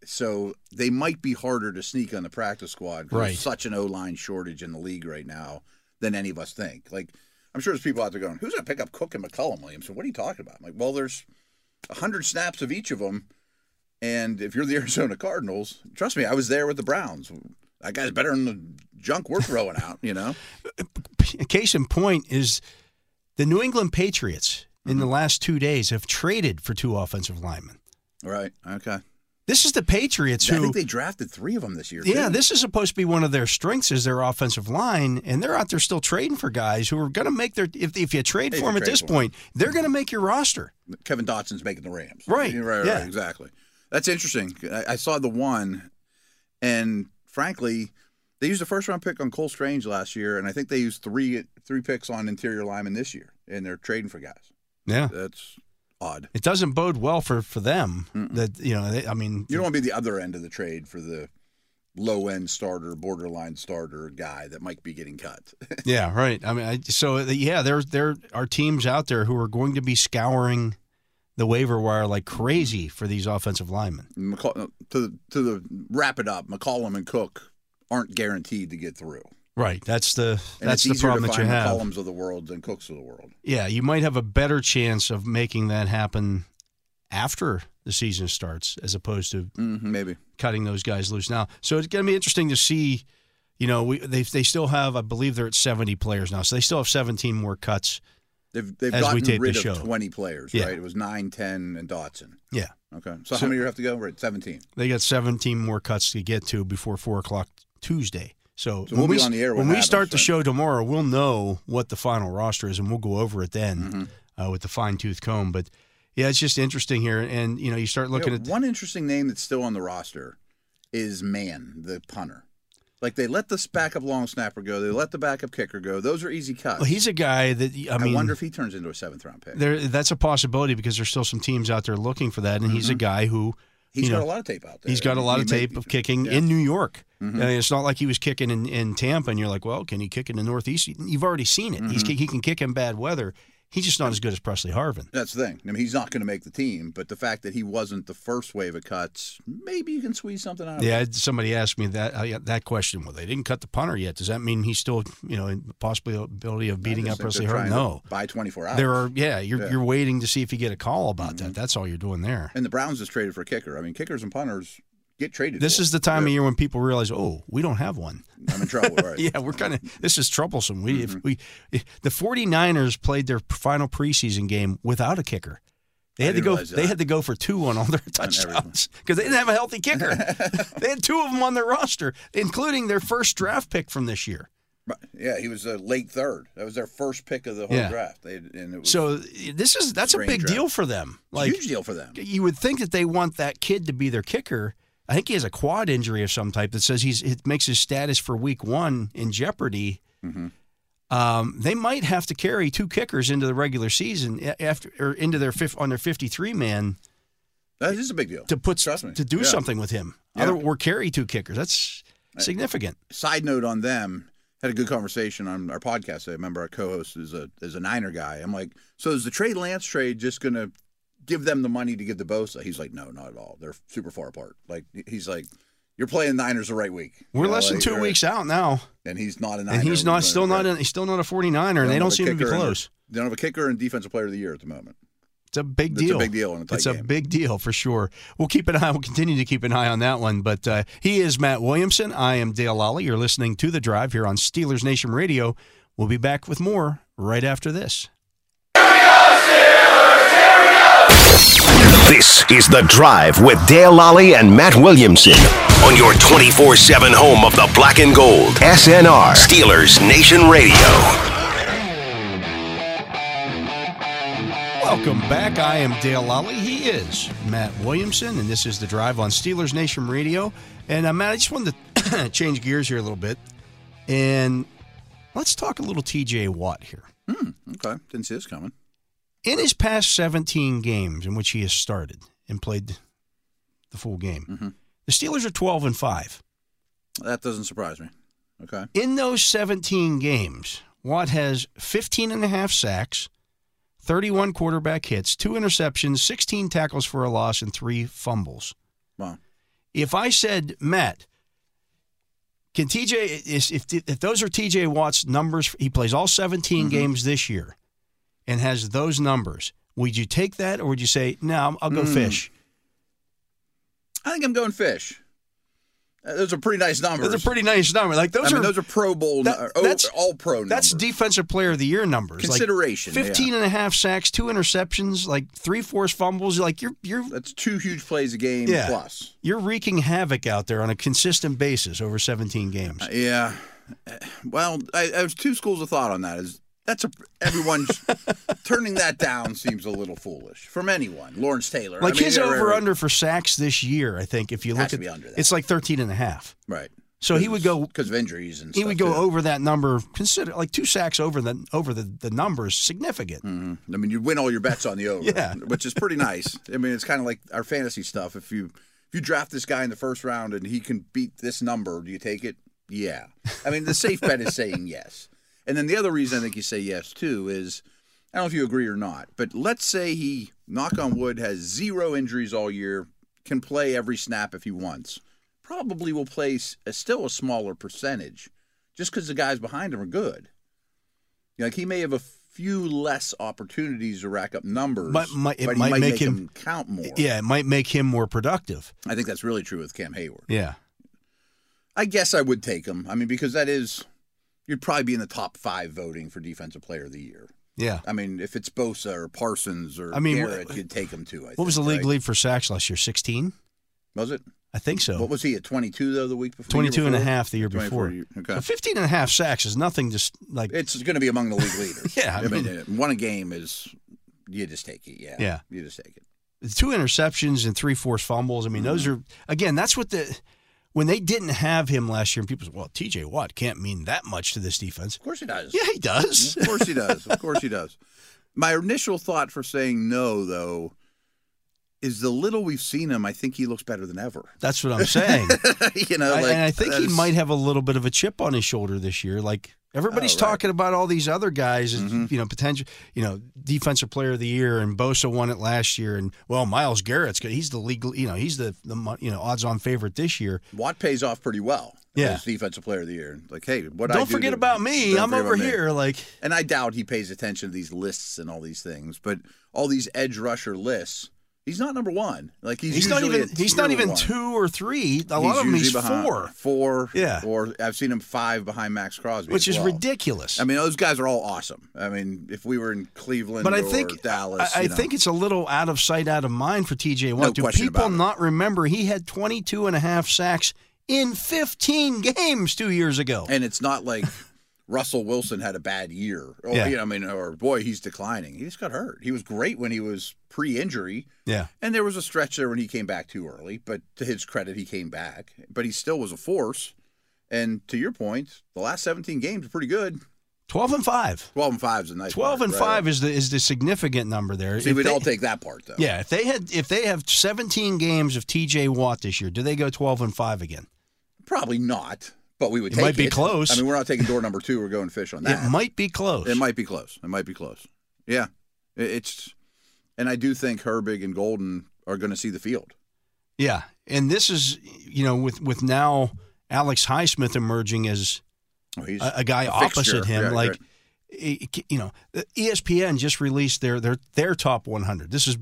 Speaker 3: So they might be harder to sneak on the practice squad. 'cause
Speaker 2: Right.
Speaker 3: There's such an O line shortage in the league right now than any of us think. Like I'm sure there's people out there going, "Who's going to pick up Cook and McCollum Williamson? What are you talking about?" I'm like, well, there's 100 snaps of each of them. And if you're the Arizona Cardinals, trust me, I was there with the Browns. That guy's better than the junk we're throwing out, you know?
Speaker 2: P- Case in point is the New England Patriots in the
Speaker 3: Mm-hmm.
Speaker 2: last two days have traded for two offensive linemen.
Speaker 3: Right. Okay.
Speaker 2: This is the Patriots
Speaker 3: I
Speaker 2: who,
Speaker 3: think they drafted three of them this year.
Speaker 2: yeah,
Speaker 3: too.
Speaker 2: this is supposed to be one of their strengths is their offensive line, and they're out there still trading for guys who are going to make their if if you trade
Speaker 3: If
Speaker 2: for
Speaker 3: you
Speaker 2: them at
Speaker 3: trade
Speaker 2: this
Speaker 3: for 'em.
Speaker 2: point, they're going to make your roster.
Speaker 3: Kevin Dotson's making the Rams.
Speaker 2: Right,
Speaker 3: Yeah, Right.
Speaker 2: yeah.
Speaker 3: Right. Exactly. That's interesting. I, I saw the one, and frankly, they used a first round pick on Cole Strange last year, and I think they used three three picks on interior linemen this year, and they're trading for guys.
Speaker 2: Yeah,
Speaker 3: That's odd.
Speaker 2: it doesn't bode well for for them that you know. They, I mean,
Speaker 3: You don't want to be the other end of the trade for the low end starter, borderline starter guy that might be getting cut.
Speaker 2: Yeah, right. I mean, I, so yeah, there there are teams out there who are going to be scouring the waiver wire like crazy for these offensive linemen.
Speaker 3: McCall- to to the wrap it up, McCollum and Cook aren't guaranteed to get through.
Speaker 2: Right. That's the
Speaker 3: And
Speaker 2: that's
Speaker 3: it's
Speaker 2: the
Speaker 3: easier
Speaker 2: problem
Speaker 3: to
Speaker 2: that you
Speaker 3: find
Speaker 2: have.
Speaker 3: McCollums of the world than Cooks of the world.
Speaker 2: Yeah, you might have a better chance of making that happen after the season starts as opposed to
Speaker 3: Mm, maybe.
Speaker 2: cutting those guys loose now. So it's going to be interesting to see. You know, we, they they still have, I believe they're at seventy players now, so they still have seventeen more cuts.
Speaker 3: They've, they've
Speaker 2: As we
Speaker 3: gotten
Speaker 2: tape
Speaker 3: rid
Speaker 2: this show.
Speaker 3: of 20 players,
Speaker 2: Yeah.
Speaker 3: right? It was 9, 10, and Dotson.
Speaker 2: Yeah,
Speaker 3: Okay. So, how many do you have to go? We're at 17.
Speaker 2: They got 17 more cuts to get to before four o'clock Tuesday. So,
Speaker 3: So we'll
Speaker 2: when
Speaker 3: be
Speaker 2: we,
Speaker 3: on the air
Speaker 2: when
Speaker 3: when that
Speaker 2: we start
Speaker 3: happens,
Speaker 2: the
Speaker 3: right?
Speaker 2: show tomorrow. We'll know what the final roster is, and we'll go over it
Speaker 3: Mm-hmm.
Speaker 2: then uh, with the fine tooth comb. But yeah, it's just interesting here, and you know, you start looking
Speaker 3: You know,
Speaker 2: at
Speaker 3: one interesting name that's still on the roster is Man, the punter. Like they let the backup long snapper go, they let the backup kicker go. Those are easy cuts.
Speaker 2: well, he's a guy that I
Speaker 3: I,
Speaker 2: mean,
Speaker 3: wonder if he turns into a seventh round pick.
Speaker 2: there that's a possibility because there's still some teams out there looking for that, and he's a guy who
Speaker 3: Mm-hmm. He's
Speaker 2: you
Speaker 3: got
Speaker 2: know,
Speaker 3: a lot of tape out there.
Speaker 2: He's got a
Speaker 3: He-
Speaker 2: lot
Speaker 3: he
Speaker 2: of
Speaker 3: may- Mm-hmm.
Speaker 2: tape of kicking in New York. I mean, it's not like he was kicking
Speaker 3: Mm-hmm.
Speaker 2: in, in Tampa, and you're like, well, can he kick in the Northeast? You've already seen it. He's, he can kick in bad weather. He's just not as good as Presley Harvin.
Speaker 3: That's the thing. I mean, he's not going to make the team, but the fact that he wasn't the first wave of cuts, maybe you can squeeze something out of
Speaker 2: Yeah,
Speaker 3: it.
Speaker 2: I- somebody asked me that uh, yeah, that question. Well, they didn't cut the punter yet. Does that mean he's still, you know, in the possibility of
Speaker 3: I
Speaker 2: beating
Speaker 3: just
Speaker 2: up
Speaker 3: think
Speaker 2: Presley
Speaker 3: they're
Speaker 2: Harvin?
Speaker 3: trying to
Speaker 2: No,
Speaker 3: Buy 24 hours.
Speaker 2: there are. Yeah, you're
Speaker 3: Yeah. Mm-hmm.
Speaker 2: you're waiting to see if you get a call about that. That's all you're doing there.
Speaker 3: And the Browns just traded for a kicker. I mean, kickers and punters get traded.
Speaker 2: This
Speaker 3: for.
Speaker 2: is the time of year when people realize, oh, we don't have one.
Speaker 3: I'm in trouble, right? Mm-hmm.
Speaker 2: Yeah, we're kind of this is troublesome. We if we if, the 49ers played their final preseason game without a kicker. They
Speaker 3: I
Speaker 2: had to
Speaker 3: didn't
Speaker 2: go
Speaker 3: realize
Speaker 2: they
Speaker 3: that.
Speaker 2: had to go for two on all their touchdowns because they didn't have a healthy kicker. they had two of them on their roster, including their first draft pick from this year.
Speaker 3: Right. Yeah, he was a late third. That was their first pick of the whole
Speaker 2: Yeah.
Speaker 3: draft. They, and it was
Speaker 2: So this is that's a
Speaker 3: Strange
Speaker 2: big
Speaker 3: draft.
Speaker 2: deal for them.
Speaker 3: a
Speaker 2: Like
Speaker 3: huge deal for them.
Speaker 2: you would think that they want that kid to be their kicker. I think he has a quad injury of some type that says he's it makes his status for week one in jeopardy.
Speaker 3: Mm-hmm.
Speaker 2: Um, they might have to carry two kickers into the regular season a- after or into their fifth on their fifty three man
Speaker 3: That is a big deal.
Speaker 2: to put
Speaker 3: Trust me.
Speaker 2: to do
Speaker 3: Yeah.
Speaker 2: something with him.
Speaker 3: Yeah.
Speaker 2: Other or carry two kickers. That's significant.
Speaker 3: Side note on them. Had a good conversation on our podcast. I remember our co-host is a is a Niner guy. I'm like, so is the trade Lance trade just gonna give them the money to give the Bosa? He's like, no, not at all. They're super far apart. Like he's like, you're playing Niners the right week.
Speaker 2: We're
Speaker 3: You know,
Speaker 2: less than
Speaker 3: like,
Speaker 2: two
Speaker 3: you're-
Speaker 2: weeks out now,
Speaker 3: and he's not a Niner.
Speaker 2: and he's not still not
Speaker 3: They
Speaker 2: in, he's still not a 49er, and they
Speaker 3: have
Speaker 2: don't
Speaker 3: a
Speaker 2: seem to be
Speaker 3: kicker and-
Speaker 2: close.
Speaker 3: They don't have a kicker and defensive player of the year at the moment.
Speaker 2: It's a big
Speaker 3: That's a
Speaker 2: deal.
Speaker 3: big deal in a tight
Speaker 2: It's a
Speaker 3: game.
Speaker 2: big deal for sure. We'll keep an eye. We'll continue to keep an eye on that one. But uh, he is Matt Williamson. I am Dale Lally. You're listening to the Drive here on Steelers Nation Radio. We'll be back with more right after this.
Speaker 1: This is The Drive with Dale Lally and Matt Williamson on your 24 7 home of the black and gold. SNR, Steelers Nation Radio.
Speaker 2: Welcome back. I am Dale Lally. He is Matt Williamson, and this is the Drive on Steelers Nation Radio. And uh, Matt, I just wanted to change gears here a little bit, and let's talk a little T.J. Watt here.
Speaker 3: Hmm, Okay, didn't see this coming.
Speaker 2: in his past 17 games in which he has started and played the full game, the Steelers are 12 and 5.
Speaker 3: That doesn't surprise me. Okay.
Speaker 2: In those 17 games, Watt has 15 and a half sacks, 31 quarterback hits, two interceptions, 16 tackles for a loss, and three fumbles.
Speaker 3: Wow.
Speaker 2: If I said, Matt, can TJ, is- if, if those are TJ Watt's numbers, he plays all 17 games this year and has those numbers, would you take that or would you say, no, I'll go fish?
Speaker 3: I think I'm going fish. Uh, Those are pretty nice numbers.
Speaker 2: Those are pretty nice numbers. Like those
Speaker 3: I mean,
Speaker 2: are.
Speaker 3: those are Pro Bowl,
Speaker 2: that-
Speaker 3: nu- or all Pro
Speaker 2: That's
Speaker 3: numbers.
Speaker 2: defensive player of the year numbers. Like,
Speaker 3: Consideration, yeah.
Speaker 2: 15 and a half sacks, two interceptions, like three forced fumbles. Like you're you're
Speaker 3: That's two huge plays a game
Speaker 2: Yeah.
Speaker 3: plus.
Speaker 2: you're wreaking havoc out there on a consistent basis over 17 games.
Speaker 3: Uh, yeah. Uh, Well, I, I was two schools of thought on that. Is that's a everyone's turning that down seems a little foolish from anyone. Lawrence Taylor, I
Speaker 2: like
Speaker 3: mean,
Speaker 2: his
Speaker 3: they're-
Speaker 2: over under for sacks this year, I think if you
Speaker 3: Has
Speaker 2: look
Speaker 3: to
Speaker 2: at
Speaker 3: be under that.
Speaker 2: it's like 13 and a half.
Speaker 3: right?
Speaker 2: So he would go
Speaker 3: because of injuries and
Speaker 2: he
Speaker 3: stuff,
Speaker 2: would go
Speaker 3: too.
Speaker 2: over that number consider like two sacks over the over the the numbers significant.
Speaker 3: I mean, you win all your bets on the over,
Speaker 2: Yeah.
Speaker 3: which is pretty nice. I mean, it's kind of like our fantasy stuff. If you if you draft this guy in the first round and he can beat this number, do you take it? Yeah. I mean, the safe bet is saying yes. And then the other reason I think you say yes too is I don't know if you agree or not, but let's say he knock on wood has zero injuries all year, can play every snap if he wants. Probably will play s- a, still a smaller percentage, just because the guys behind him are good. You know, like he may have a few less opportunities to rack up numbers,
Speaker 2: Might- might- it
Speaker 3: but he
Speaker 2: might make him-
Speaker 3: him, count more.
Speaker 2: Yeah, it might make him more productive.
Speaker 3: I think that's really true with Cam Hayward.
Speaker 2: Yeah.
Speaker 3: I guess I would take him. I mean, because that is, you'd probably be in the top five voting for Defensive Player of the Year.
Speaker 2: Yeah.
Speaker 3: I mean, if it's Bosa or Parsons or
Speaker 2: I mean,
Speaker 3: Garrett,
Speaker 2: wh-
Speaker 3: you'd take him too. I
Speaker 2: What was the
Speaker 3: think,
Speaker 2: league
Speaker 3: right?
Speaker 2: lead for sacks last year? 16?
Speaker 3: Was it?
Speaker 2: I think so.
Speaker 3: What was he at 22 though the week before?
Speaker 2: 22
Speaker 3: year
Speaker 2: and a
Speaker 3: before?
Speaker 2: half the year
Speaker 3: 24
Speaker 2: before.
Speaker 3: year-
Speaker 2: So
Speaker 3: Okay.
Speaker 2: 15 and a half sacks is nothing just like
Speaker 3: It's going to be among the league leaders.
Speaker 2: Yeah, I
Speaker 3: I, mean, one a game is you just take it. Yeah.
Speaker 2: Yeah.
Speaker 3: You just take it.
Speaker 2: two interceptions and three forced fumbles. I mean, those
Speaker 3: Mm-hmm.
Speaker 2: are again, that's what the when they didn't have him last year and people said, "Well, TJ Watt can't mean that much to this defense."
Speaker 3: Of course he does.
Speaker 2: Yeah, he does.
Speaker 3: Of course he does. Of course he does. My initial thought for saying no, though, is the little we've seen him, I think he looks better than ever.
Speaker 2: That's what I'm saying.
Speaker 3: you know,
Speaker 2: I-
Speaker 3: like,
Speaker 2: and I think he
Speaker 3: that's-
Speaker 2: might have a little bit of a chip on his shoulder this year. Like everybody's
Speaker 3: Oh, right. Mm-hmm.
Speaker 2: talking about all these other guys, as, you know, potential, you know, defensive player of the year, and Bosa won it last year, and well, Miles Garrett's good. He's the legal, you know, he's the the mon- you know odds-on favorite this year.
Speaker 3: Watt pays off pretty well.
Speaker 2: Yeah.
Speaker 3: as defensive player of the year. Like, hey, what I
Speaker 2: don't
Speaker 3: do
Speaker 2: forget
Speaker 3: to-
Speaker 2: about me.
Speaker 3: Don't
Speaker 2: I'm
Speaker 3: forget
Speaker 2: over
Speaker 3: about me.
Speaker 2: here. Like
Speaker 3: And I doubt he pays attention to these lists and all these things. But all these edge rusher lists, he's not number one. Like he's,
Speaker 2: he's, not
Speaker 3: usually
Speaker 2: even
Speaker 3: a
Speaker 2: he's not
Speaker 3: tier
Speaker 2: even
Speaker 3: one.
Speaker 2: two or three. A
Speaker 3: He's
Speaker 2: lot of them he's
Speaker 3: usually behind-
Speaker 2: four,
Speaker 3: four.
Speaker 2: Yeah.
Speaker 3: or I've seen him five behind Max Crosby,
Speaker 2: which
Speaker 3: as
Speaker 2: is
Speaker 3: well.
Speaker 2: ridiculous.
Speaker 3: I mean, those guys are all awesome. I mean, if we were in Cleveland,
Speaker 2: but I
Speaker 3: or
Speaker 2: think
Speaker 3: Dallas,
Speaker 2: I, I
Speaker 3: you know.
Speaker 2: think it's a little out of sight, out of mind for TJ Watt.
Speaker 3: No
Speaker 2: Do
Speaker 3: question
Speaker 2: people
Speaker 3: about it.
Speaker 2: not remember he had 22 and a half sacks in 15 games two years ago?
Speaker 3: and it's not like Russell Wilson had a bad year. Or,
Speaker 2: Yeah.
Speaker 3: you know, I mean, or boy, he's declining. He just got hurt. He was great when he was pre-injury,
Speaker 2: yeah,
Speaker 3: and there was a stretch there when he came back too early. But to his credit, he came back. But he still was a force. And to your point, the last 17 games are pretty good.
Speaker 2: 12 and five.
Speaker 3: 12 and five is a nice.
Speaker 2: 12
Speaker 3: part,
Speaker 2: and
Speaker 3: right?
Speaker 2: five is the is the significant number there.
Speaker 3: See,
Speaker 2: If
Speaker 3: we'd
Speaker 2: they-
Speaker 3: all take that part though.
Speaker 2: Yeah, if they had if they have 17 games of TJ Watt this year, do they go 12 and five again?
Speaker 3: Probably not, but we would.
Speaker 2: It
Speaker 3: take
Speaker 2: might be close.
Speaker 3: I mean, we're not taking door number two. We're going fish on that.
Speaker 2: It might be close.
Speaker 3: It might be close. It might be close. Yeah, I- it's, and I do think Herbig and Golden are going to see the field.
Speaker 2: Yeah, and this is you know with with now Alex Highsmith emerging as
Speaker 3: Oh, he's
Speaker 2: a, a guy
Speaker 3: a fixture.
Speaker 2: opposite him,
Speaker 3: Yeah,
Speaker 2: like
Speaker 3: right.
Speaker 2: it- it- you know, E ESPN just released their their their top 100. This is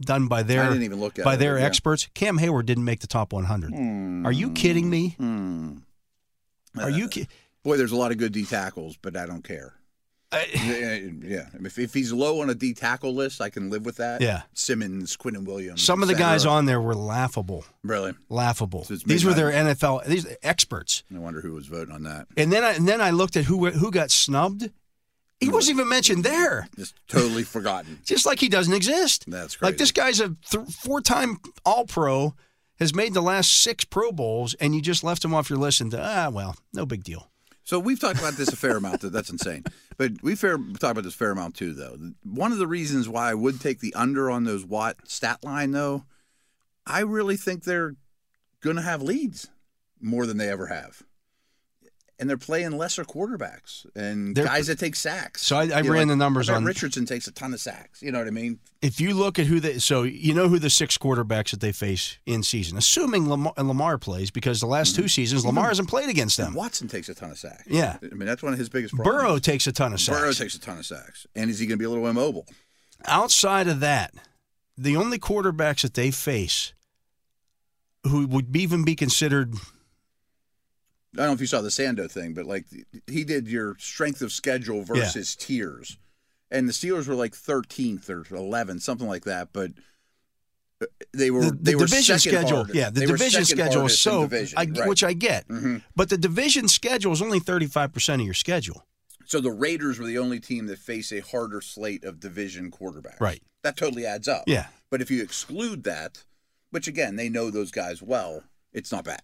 Speaker 2: done by
Speaker 3: I
Speaker 2: their
Speaker 3: didn't even look at
Speaker 2: by
Speaker 3: it,
Speaker 2: their
Speaker 3: yeah.
Speaker 2: experts. Cam Hayward didn't make the top 100. Are you kidding me?
Speaker 3: Hmm. Uh,
Speaker 2: Are you ki-
Speaker 3: Boy, there's a lot of good D tackles, but I don't care.
Speaker 2: I-
Speaker 3: Yeah, yeah. If, if he's low on a D tackle list, I can live with that.
Speaker 2: Yeah.
Speaker 3: Simmons, Quinn, and Williams.
Speaker 2: Some of the
Speaker 3: et cetera.
Speaker 2: guys on there were laughable,
Speaker 3: really.
Speaker 2: laughable.
Speaker 3: So it's
Speaker 2: These were their NFL these experts.
Speaker 3: I wonder who was voting on that.
Speaker 2: And then I, and then I looked at who who got snubbed. He wasn't even mentioned there.
Speaker 3: Just totally forgotten.
Speaker 2: just like he doesn't exist.
Speaker 3: That's
Speaker 2: Like this guy's a th- four-time All-Pro, has made the last six Pro Bowls, and you just left him off your list. And ah, well, no big deal.
Speaker 3: So we've talked about this a fair amount. That's insane. But we fair talked about this a fair amount too, though. One of the reasons why I would take the under on those Watt stat line, though, I really think they're going to have leads more than they ever have, and they're playing lesser quarterbacks and
Speaker 2: They're-
Speaker 3: guys that take sacks.
Speaker 2: So I- I
Speaker 3: You know,
Speaker 2: ran the numbers
Speaker 3: I bet
Speaker 2: on-
Speaker 3: Richardson takes a ton of sacks. You know what I mean?
Speaker 2: If you look at who they, so you know who the six quarterbacks that they face in season, assuming Lamar, Lamar plays, because the last
Speaker 3: Mm-hmm.
Speaker 2: two seasons Lamar hasn't played against them.
Speaker 3: Watson takes a ton of sacks.
Speaker 2: Yeah.
Speaker 3: I mean that's one of his biggest problems.
Speaker 2: Burrow takes a ton of sacks.
Speaker 3: Burrow takes a ton of sacks, and is he going to be a little immobile?
Speaker 2: Outside of that, the only quarterbacks that they face who would even be considered
Speaker 3: I don't know if you saw the Sando thing, but like he did your strength of schedule versus tiers, and the Steelers were like 13th or 11th, something like that. But uh, they were
Speaker 2: the,
Speaker 3: they
Speaker 2: the
Speaker 3: were
Speaker 2: division
Speaker 3: second
Speaker 2: schedule.
Speaker 3: hardest-
Speaker 2: Yeah, the
Speaker 3: they were
Speaker 2: division
Speaker 3: second
Speaker 2: schedule
Speaker 3: hardest
Speaker 2: is
Speaker 3: in
Speaker 2: so,
Speaker 3: division,
Speaker 2: I,
Speaker 3: right. Mm-hmm.
Speaker 2: which I get, but the division schedule is only thirty five percent of your schedule.
Speaker 3: so the Raiders were the only team that faced a harder slate of division quarterbacks.
Speaker 2: Right.
Speaker 3: that totally adds up.
Speaker 2: Yeah.
Speaker 3: but if you exclude that, which again they know those guys well, it's not bad.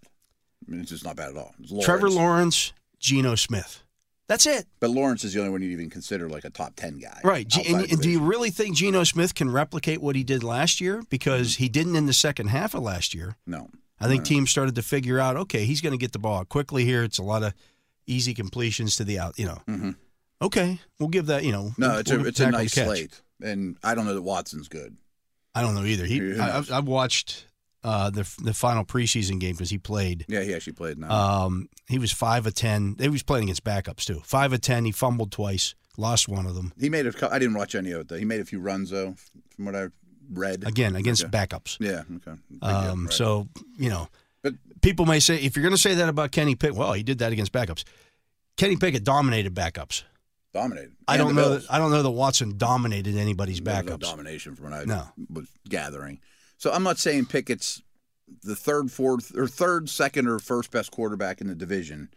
Speaker 3: I mean, it's just not bad at all. It's
Speaker 2: Trevor Lawrence, Geno Smith, that's it.
Speaker 3: but Lawrence is the only one you would even consider like a top 10 guy.
Speaker 2: Right. G-
Speaker 3: outside
Speaker 2: and,
Speaker 3: of
Speaker 2: and do you
Speaker 3: division.
Speaker 2: really think Geno Smith can replicate what he did last year? Because he didn't in the second half of last year.
Speaker 3: No.
Speaker 2: I
Speaker 3: Mm-hmm.
Speaker 2: think teams started to figure out, okay, he's going to get the ball out quickly here. It's a lot of easy completions to the out. You know. Okay, we'll give that. You know.
Speaker 3: Mm-hmm. No,
Speaker 2: we'll-
Speaker 3: it's a
Speaker 2: we'll
Speaker 3: it's a
Speaker 2: tackle the
Speaker 3: nice
Speaker 2: catch.
Speaker 3: slate, and I don't know that Watson's good.
Speaker 2: I don't know either. He,
Speaker 3: Who
Speaker 2: I,
Speaker 3: knows?
Speaker 2: I've- I've watched uh, the the final preseason game because he played.
Speaker 3: Yeah, he actually played now.
Speaker 2: Um, he was five of ten. He was playing against backups too. Five of ten. He fumbled twice, lost one of them.
Speaker 3: he made a. cou- I didn't watch any of it though. He made a few runs though, from what I read.
Speaker 2: Again, against
Speaker 3: Okay.
Speaker 2: backups.
Speaker 3: Yeah. Okay. Big deal,
Speaker 2: Um,
Speaker 3: right.
Speaker 2: So you know,
Speaker 3: But-
Speaker 2: people may say if you're going to say that about Kenny Pickett, well, he did that against backups. Kenny Pickett dominated backups.
Speaker 3: dominated.
Speaker 2: I
Speaker 3: And
Speaker 2: don't
Speaker 3: the
Speaker 2: know.
Speaker 3: Bills.
Speaker 2: That, I don't know that Watson dominated anybody's
Speaker 3: There was no
Speaker 2: backups.
Speaker 3: domination from what I
Speaker 2: No.
Speaker 3: was gathering. So I'm not saying Pickett's the third, fourth, or third, second, or first best quarterback in the division,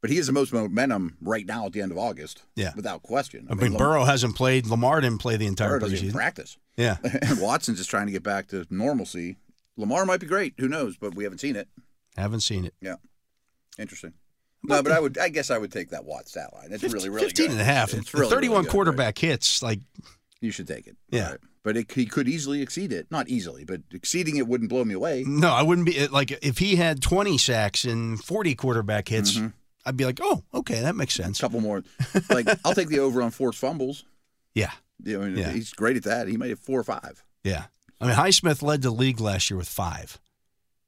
Speaker 3: but he has the most momentum right now at the end of August.
Speaker 2: Yeah.
Speaker 3: Without question.
Speaker 2: I mean, Burrow hasn't played. Lamar didn't play the entire
Speaker 3: Burrow doesn't even
Speaker 2: preseason.
Speaker 3: practice.
Speaker 2: Yeah.
Speaker 3: and Watson's just trying to get back to normalcy. Lamar might be great, who knows? But we haven't seen it.
Speaker 2: Haven't seen it.
Speaker 3: Yeah, interesting. No, but I would. I guess I would take that Watt stat line. It's really, really
Speaker 2: 15
Speaker 3: good.
Speaker 2: and a half.
Speaker 3: It's
Speaker 2: The
Speaker 3: really,
Speaker 2: 31
Speaker 3: really good,
Speaker 2: quarterback hits, like
Speaker 3: You should take it.
Speaker 2: Yeah.
Speaker 3: Right. But it, he could easily exceed it. Not easily, but exceeding it wouldn't blow me away.
Speaker 2: No, I wouldn't be like if he had 20 sacks and 40 quarterback hits, I'd be like, "Oh, okay, that makes
Speaker 3: A
Speaker 2: sense."
Speaker 3: Mm-hmm. couple more. Like, I'll take the over on forced fumbles.
Speaker 2: Yeah.
Speaker 3: You know, I mean,
Speaker 2: Yeah.
Speaker 3: He's great at that. He made it four or five.
Speaker 2: Yeah. I mean, Highsmith led the league last year with 5.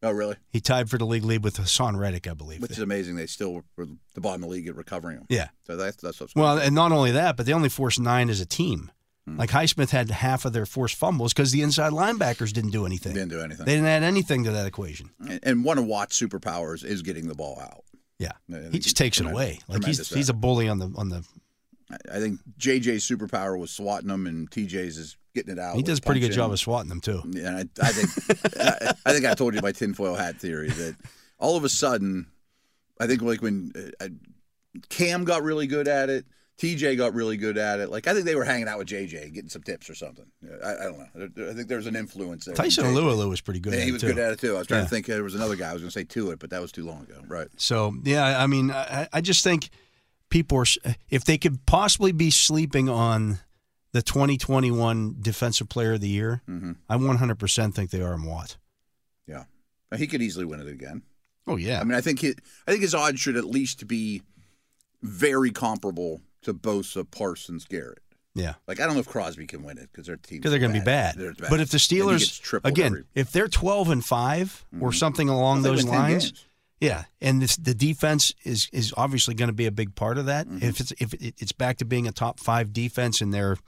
Speaker 3: Oh, really?
Speaker 2: He tied for the league lead with Hassan Reddick, I believe.
Speaker 3: Which is amazing. They still were the bottom of the league at recovering them.
Speaker 2: Yeah.
Speaker 3: So that's, that's what's
Speaker 2: Well, and not only that, but they only forced nine as a team.
Speaker 3: Hmm.
Speaker 2: Like Highsmith had half of their forced fumbles because the inside linebackers didn't do anything.
Speaker 3: didn't do anything.
Speaker 2: They didn't add anything to that equation.
Speaker 3: And- and one of Watt's superpowers is getting the ball out.
Speaker 2: Yeah,
Speaker 3: I think
Speaker 2: he just takes it
Speaker 3: tremen-
Speaker 2: away. Like he's
Speaker 3: tremendous uh,
Speaker 2: he's a bully on the on the.
Speaker 3: at it. I I think JJ's superpower was swatting them, and TJ's is getting it out.
Speaker 2: He
Speaker 3: with
Speaker 2: does a pretty good
Speaker 3: punching.
Speaker 2: job of swatting them too.
Speaker 3: And I, I think I, I think I told you my tinfoil hat theory that all of a sudden, I think like when uh, I- Cam got really good at it, TJ got really good at it. Like I think they were hanging out with JJ, getting some tips or something. Yeah, I, I don't know. There- there- I think there's an influence there.
Speaker 2: Tyson
Speaker 3: JJ.
Speaker 2: Alulua was pretty good.
Speaker 3: Yeah,
Speaker 2: at
Speaker 3: he
Speaker 2: it,
Speaker 3: was
Speaker 2: too.
Speaker 3: good at it too. I was trying
Speaker 2: Yeah.
Speaker 3: to think there was another guy I was going to say to it, but that was too long ago. Right.
Speaker 2: So yeah, I mean, I, I just think people are s- if they could possibly be sleeping on the 2021 Defensive Player of the Year,
Speaker 3: Mm-hmm.
Speaker 2: I 100% think they are in Watt.
Speaker 3: He could easily win it again.
Speaker 2: Oh yeah,
Speaker 3: I mean, I think his, I think his odds should at least be very comparable to Bosa, Parsons, Garrett.
Speaker 2: yeah.
Speaker 3: Like I don't know if Crosby can win it because their team
Speaker 2: because they're going to be bad. But if the Steelers again, if they're twelve and 5
Speaker 3: Mm-hmm.
Speaker 2: or something along those lines, yeah, and this, the defense is is obviously going to be a big part of that.
Speaker 3: Mm-hmm.
Speaker 2: If it's if it, it's back to being a top five defense and they're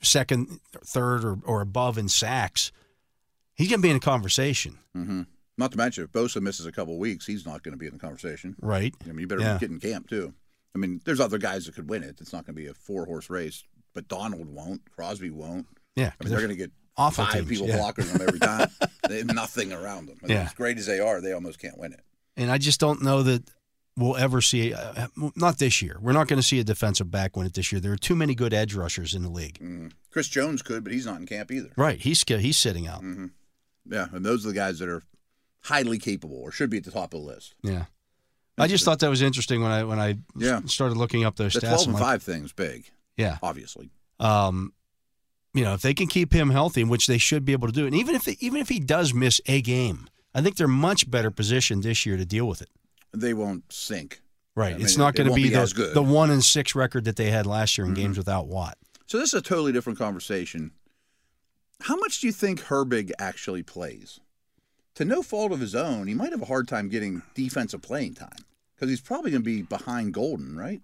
Speaker 2: second, third, or or above in sacks, he's going to be in a conversation,
Speaker 3: hmm not to mention if Bosa misses a couple weeks, he's not going to be in the conversation.
Speaker 2: right?
Speaker 3: I mean, you better
Speaker 2: Yeah.
Speaker 3: get in camp too. I mean, there's other guys that could win it. It's not going to be a four horse race, but Donald won't, Crosby won't.
Speaker 2: Yeah,
Speaker 3: I mean, they're going to get
Speaker 2: awful
Speaker 3: five
Speaker 2: teams,
Speaker 3: people
Speaker 2: yeah.
Speaker 3: blocking them every time. they have nothing around them. And
Speaker 2: Yeah.
Speaker 3: As great as they are, they almost can't win it.
Speaker 2: and I just don't know that we'll ever see. Uh, not this year. We're not going to see a defensive back win it this year. There are too many good edge rushers in the league.
Speaker 3: Mm. Chris Jones could, but he's not in camp either.
Speaker 2: Right? He's sca- he's sitting out.
Speaker 3: Mm-hmm. Yeah, and those are the guys that are highly capable or should be at the top of the list.
Speaker 2: Yeah. I just thought that was interesting when I when I s-
Speaker 3: Yeah.
Speaker 2: started looking up those
Speaker 3: The
Speaker 2: stats.
Speaker 3: 12
Speaker 2: I'm
Speaker 3: and
Speaker 2: like,
Speaker 3: 5 thing's big,
Speaker 2: Yeah.
Speaker 3: obviously.
Speaker 2: Um, you know, if they can keep him healthy, which they should be able to do, and even if they, even if he does miss a game, I think they're much better positioned this year to deal with it.
Speaker 3: They won't sink.
Speaker 2: Right.
Speaker 3: I mean,
Speaker 2: it's not
Speaker 3: it
Speaker 2: going to
Speaker 3: won't
Speaker 2: be,
Speaker 3: be
Speaker 2: the,
Speaker 3: as good. Mm-hmm.
Speaker 2: the one and six record that they had last year in games without Watt.
Speaker 3: So this is a totally different conversation. How much do you think Herbig actually plays? To no fault of his own, he might have a hard time getting defensive playing time because he's probably going to be behind Golden, right?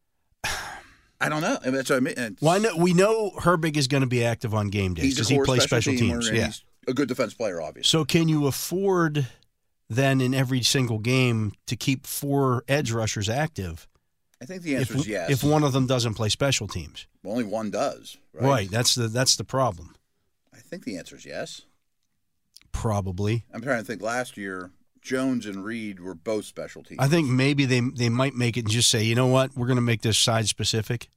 Speaker 3: I don't know. I mean, that's what I mean. It's-
Speaker 2: Well, I know, we know Herbig is going to be active on game days
Speaker 3: he's a
Speaker 2: because he
Speaker 3: core
Speaker 2: plays special
Speaker 3: teamer,
Speaker 2: teams.
Speaker 3: and
Speaker 2: Yeah.
Speaker 3: he's a good defense player, obviously.
Speaker 2: So can you afford then in every single game to keep four edge rushers active
Speaker 3: I think the answer
Speaker 2: if,
Speaker 3: is yes.
Speaker 2: if one of them doesn't play special teams?
Speaker 3: Only one does, right?
Speaker 2: Right. That's the that's the problem.
Speaker 3: I think the answer is yes.
Speaker 2: Probably.
Speaker 3: I'm trying to think. Last year, Jones and Reed were both special teams.
Speaker 2: I think maybe they they might make it and just say, you know what, we're going to make this side specific.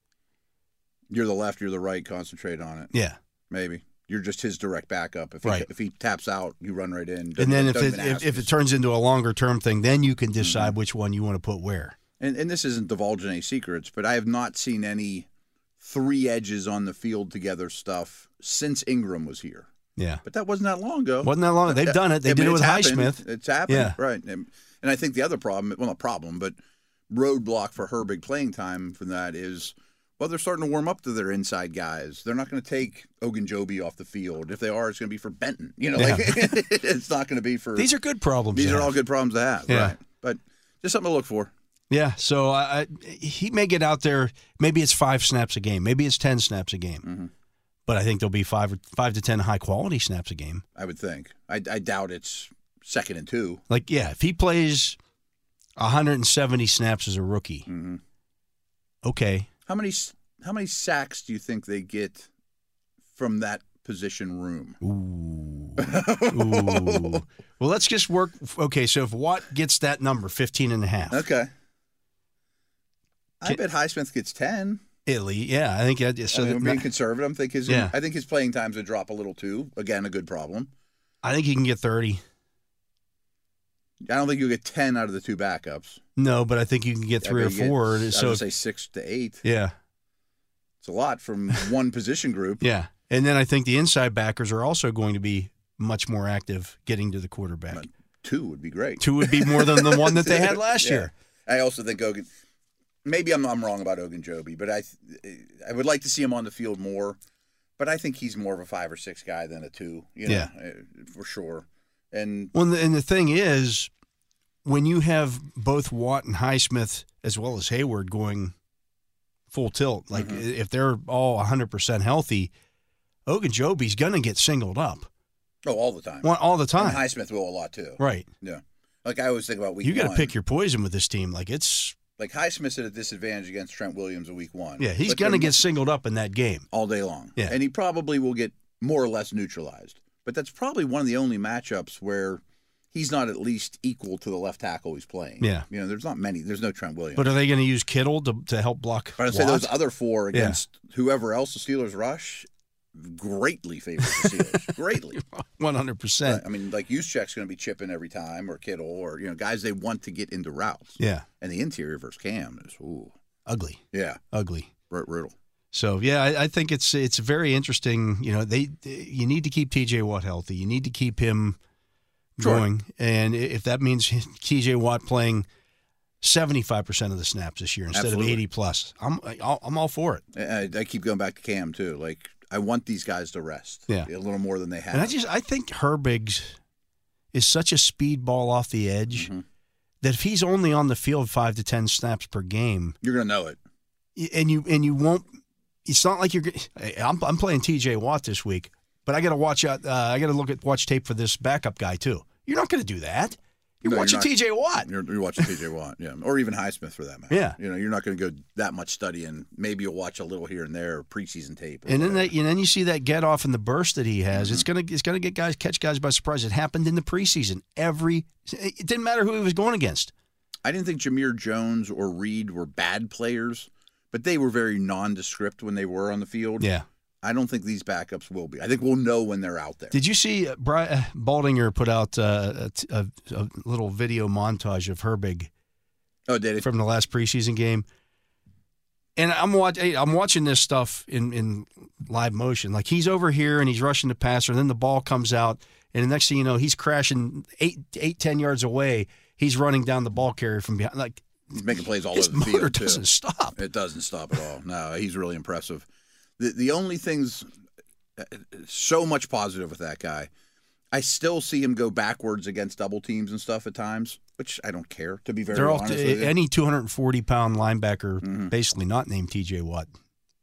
Speaker 3: you're the left, you're the right. Concentrate on it.
Speaker 2: Yeah.
Speaker 3: Maybe you're just his direct backup. If
Speaker 2: Right.
Speaker 3: he, if he taps out, you run right in.
Speaker 2: And
Speaker 3: Doesn't-
Speaker 2: then if
Speaker 3: doesn't
Speaker 2: it
Speaker 3: even
Speaker 2: if,
Speaker 3: ask
Speaker 2: if
Speaker 3: you.
Speaker 2: it turns into a longer term thing, then you
Speaker 3: Mm-hmm.
Speaker 2: can decide which one you want to put where.
Speaker 3: and, and this isn't divulging any secrets, but I have not seen any three edges on the field together stuff since Ingram was here.
Speaker 2: Yeah.
Speaker 3: But that wasn't that long ago.
Speaker 2: Wasn't that long? They've done it. They
Speaker 3: I
Speaker 2: did
Speaker 3: mean,
Speaker 2: it
Speaker 3: it's
Speaker 2: with
Speaker 3: happened.
Speaker 2: Highsmith.
Speaker 3: It's happened,
Speaker 2: Yeah.
Speaker 3: right? And, and I think the other problem, well, not problem, but roadblock for Herbig playing time from that is, well, they're starting to warm up to their inside guys. They're not going to take Ogunjobi off the field. If they are, it's going to be for Benton. You know, like it's not going to be for.
Speaker 2: These are good problems.
Speaker 3: these
Speaker 2: to
Speaker 3: are all
Speaker 2: have.
Speaker 3: good problems to have,
Speaker 2: Yeah.
Speaker 3: right? But just something to look for.
Speaker 2: Yeah. So I, I, he may get out there. Maybe it's five snaps a game. Maybe it's ten snaps a game.
Speaker 3: Mm-hmm.
Speaker 2: But I think there'll be five or- five to ten high quality snaps a game.
Speaker 3: I would think. I, I doubt it's second and two.
Speaker 2: Like, yeah, if he plays 170 snaps as a rookie,
Speaker 3: Mm-hmm.
Speaker 2: okay,
Speaker 3: How many s- how many sacks do you think they get from that position room?
Speaker 2: Ooh. Ooh. Well, let's just work. Okay, so if Watt gets that number, 15 and a half.
Speaker 3: Okay. I
Speaker 2: Can-
Speaker 3: bet Highsmith gets ten.
Speaker 2: Italy, yeah, I think that, so
Speaker 3: I mean,
Speaker 2: that-
Speaker 3: I'm being conservative. I think his
Speaker 2: Yeah.
Speaker 3: I think his playing times would drop a little too. Again, a good problem.
Speaker 2: I think he can get 30.
Speaker 3: I don't think you'll get ten out of the two backups.
Speaker 2: No, but I think you can get
Speaker 3: I
Speaker 2: three or
Speaker 3: bet you get-
Speaker 2: four.
Speaker 3: I would
Speaker 2: so,
Speaker 3: say six to eight.
Speaker 2: yeah.
Speaker 3: It's a lot from one position group.
Speaker 2: Yeah. And then I think the inside backers are also going to be much more active getting to the quarterback.
Speaker 3: Right. Two would be great.
Speaker 2: Two would be more than the one that they had last
Speaker 3: Yeah.
Speaker 2: year.
Speaker 3: I also think Ogan. Maybe I'm, I'm wrong about Ogunjobi, but I I would like to see him on the field more. But I think he's more of a five or six guy than a two. You know,
Speaker 2: Yeah.
Speaker 3: uh, for sure. And
Speaker 2: Well, and the, and the thing is, when you have both Watt and Highsmith as well as Hayward going full tilt,
Speaker 3: Mm-hmm.
Speaker 2: like i- if they're all 100% healthy, Ogunjobi's going to get singled up
Speaker 3: oh, all the time.
Speaker 2: One- all the
Speaker 3: And
Speaker 2: time.
Speaker 3: Highsmith will a lot too.
Speaker 2: right.
Speaker 3: Yeah. Like I always think about week.
Speaker 2: You got to
Speaker 3: one.
Speaker 2: pick your poison with this team. Like it's,
Speaker 3: Like Highsmith's at a disadvantage against Trent Williams in week one.
Speaker 2: yeah, he's
Speaker 3: But
Speaker 2: going to
Speaker 3: they're-
Speaker 2: get singled up in that game.
Speaker 3: all day long.
Speaker 2: Yeah.
Speaker 3: And he probably will get more or less neutralized. But that's probably one of the only matchups where he's not at least equal to the left tackle he's playing.
Speaker 2: Yeah.
Speaker 3: You know, there's not many. There's no Trent Williams.
Speaker 2: But are they going to use Kittle to, to help block?
Speaker 3: But I'd say those
Speaker 2: Watt?
Speaker 3: other four
Speaker 2: Yeah.
Speaker 3: against whoever else the Steelers rush greatly favors the Steelers. greatly.
Speaker 2: 100%.
Speaker 3: Right. I mean, like Juszczyk's going to be chipping every time, or Kittle, or you know, guys they want to get into routes.
Speaker 2: Yeah.
Speaker 3: And the interior versus Cam is ooh,
Speaker 2: Ugly.
Speaker 3: yeah,
Speaker 2: Ugly.
Speaker 3: r- riddle.
Speaker 2: So yeah, I, I think it's it's very interesting. You know, they you need to keep T.J. Watt healthy. You need to keep him
Speaker 3: Sure.
Speaker 2: going, and i- if that means T.J. Watt playing seventy five percent of the snaps this year instead
Speaker 3: Absolutely.
Speaker 2: of eighty plus, I'm I'll- I'm all for it.
Speaker 3: I, I keep going back to Cam too. Like I want these guys to rest,
Speaker 2: Yeah.
Speaker 3: a little more than they have.
Speaker 2: And I just I think Herbigs is such a speed ball off the edge
Speaker 3: Mm-hmm.
Speaker 2: that if he's only on the field five to ten snaps per game,
Speaker 3: You're gonna know it.
Speaker 2: y- and you and you won't. It's not like you're. g- Hey, I'm I'm playing T.J. Watt this week, but I got to watch out. Uh, I got to look at watch tape for this backup guy too. You're not going to do that. You're
Speaker 3: No, you're
Speaker 2: watching
Speaker 3: not.
Speaker 2: T.J. Watt.
Speaker 3: You're, you're watching T.J. Watt, yeah, or even Highsmith for that matter.
Speaker 2: Yeah.
Speaker 3: you know, you're not gonna go that much studying. Maybe you'll watch a little here and there, preseason tape. or
Speaker 2: And then
Speaker 3: whatever.
Speaker 2: that, and then you see that get off and the burst that he has.
Speaker 3: Mm-hmm.
Speaker 2: It's gonna it's gonna get guys catch guys by surprise. It happened in the preseason. Every it didn't matter who he was going against.
Speaker 3: I didn't think Jameer Jones or Reed were bad players, but they were very nondescript when they were on the field.
Speaker 2: Yeah.
Speaker 3: I don't think these backups will be. I think we'll know when they're out there.
Speaker 2: Did you see uh, Bri- uh, Baldinger put out uh, a t- a, a little video montage of Herbig
Speaker 3: oh, did it?
Speaker 2: from the last preseason game. And I'm watching. I'm watching this stuff in in live motion. Like he's over here and he's rushing the passer, and then the ball comes out, and the next thing you know, he's crashing eight eight ten yards away. He's running down the ball carrier from behind. Like
Speaker 3: He's making plays all
Speaker 2: his
Speaker 3: over the
Speaker 2: motor
Speaker 3: field. too.
Speaker 2: doesn't stop.
Speaker 3: It doesn't stop at all. No, he's really impressive. The the only things so much positive with that guy. I still see him go backwards against double teams and stuff at times, which I don't care to be very
Speaker 2: They're all
Speaker 3: honest with you.
Speaker 2: any 240 pound linebacker, basically not named T.J. Watt,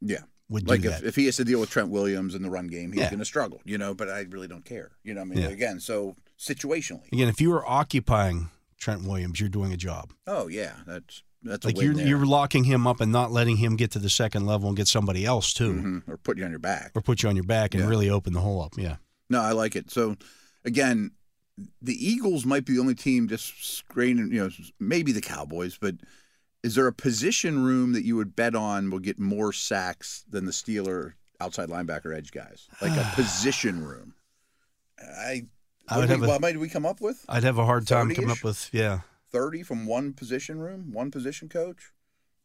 Speaker 3: yeah.
Speaker 2: would do
Speaker 3: Like
Speaker 2: that.
Speaker 3: if, if he has to deal with Trent Williams in the run game, he's
Speaker 2: Yeah.
Speaker 3: going to struggle, you know, but I really don't care. You know, what I mean,
Speaker 2: Yeah.
Speaker 3: again, so situationally.
Speaker 2: Again, if you were occupying Trent Williams, you're doing a job.
Speaker 3: Oh, yeah, that's that's a
Speaker 2: Like
Speaker 3: win
Speaker 2: you're
Speaker 3: there.
Speaker 2: you're locking him up and not letting him get to the second level and get somebody else too.
Speaker 3: Mhm, or put you on your back.
Speaker 2: or put you on your back and
Speaker 3: Yeah.
Speaker 2: really open the hole up. Yeah.
Speaker 3: No, I like it. So, again, the Eagles might be the only team just screening, you know, maybe the Cowboys, but is there a position room that you would bet on will get more sacks than the Steeler outside linebacker edge guys? Like a position room. I,
Speaker 2: I
Speaker 3: what
Speaker 2: would
Speaker 3: did
Speaker 2: have
Speaker 3: we,
Speaker 2: a- Uh
Speaker 3: what might we come up with?
Speaker 2: I'd have a hard time
Speaker 3: 30-ish?
Speaker 2: coming up with yeah.
Speaker 3: 30 from one position room, one position coach?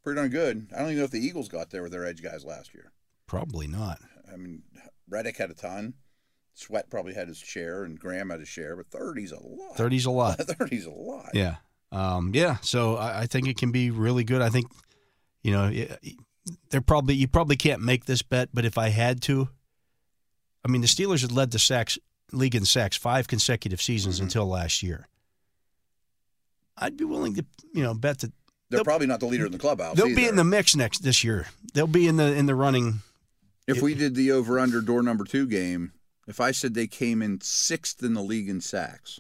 Speaker 3: Pretty darn good. I don't even know if the Eagles got there with their edge guys last year.
Speaker 2: Probably not.
Speaker 3: I mean, Reddick had a ton. Sweat probably had his share, and Graham had his share, but 30's a lot.
Speaker 2: Thirty's a lot.
Speaker 3: 30's a lot.
Speaker 2: Yeah. Um, yeah. So I, I think it can be really good. I think you know it- they're probably you probably can't make this bet, but if I had to, I mean the Steelers had led the sacks league in sacks five consecutive seasons until last year. I'd be willing to you know bet that
Speaker 3: They're
Speaker 2: They'll-
Speaker 3: probably not the leader in the clubhouse.
Speaker 2: they'll be
Speaker 3: either.
Speaker 2: in the mix next this year. They'll be in the in the running.
Speaker 3: If we did the over under door number two game, if I said they came in sixth in the league in sacks,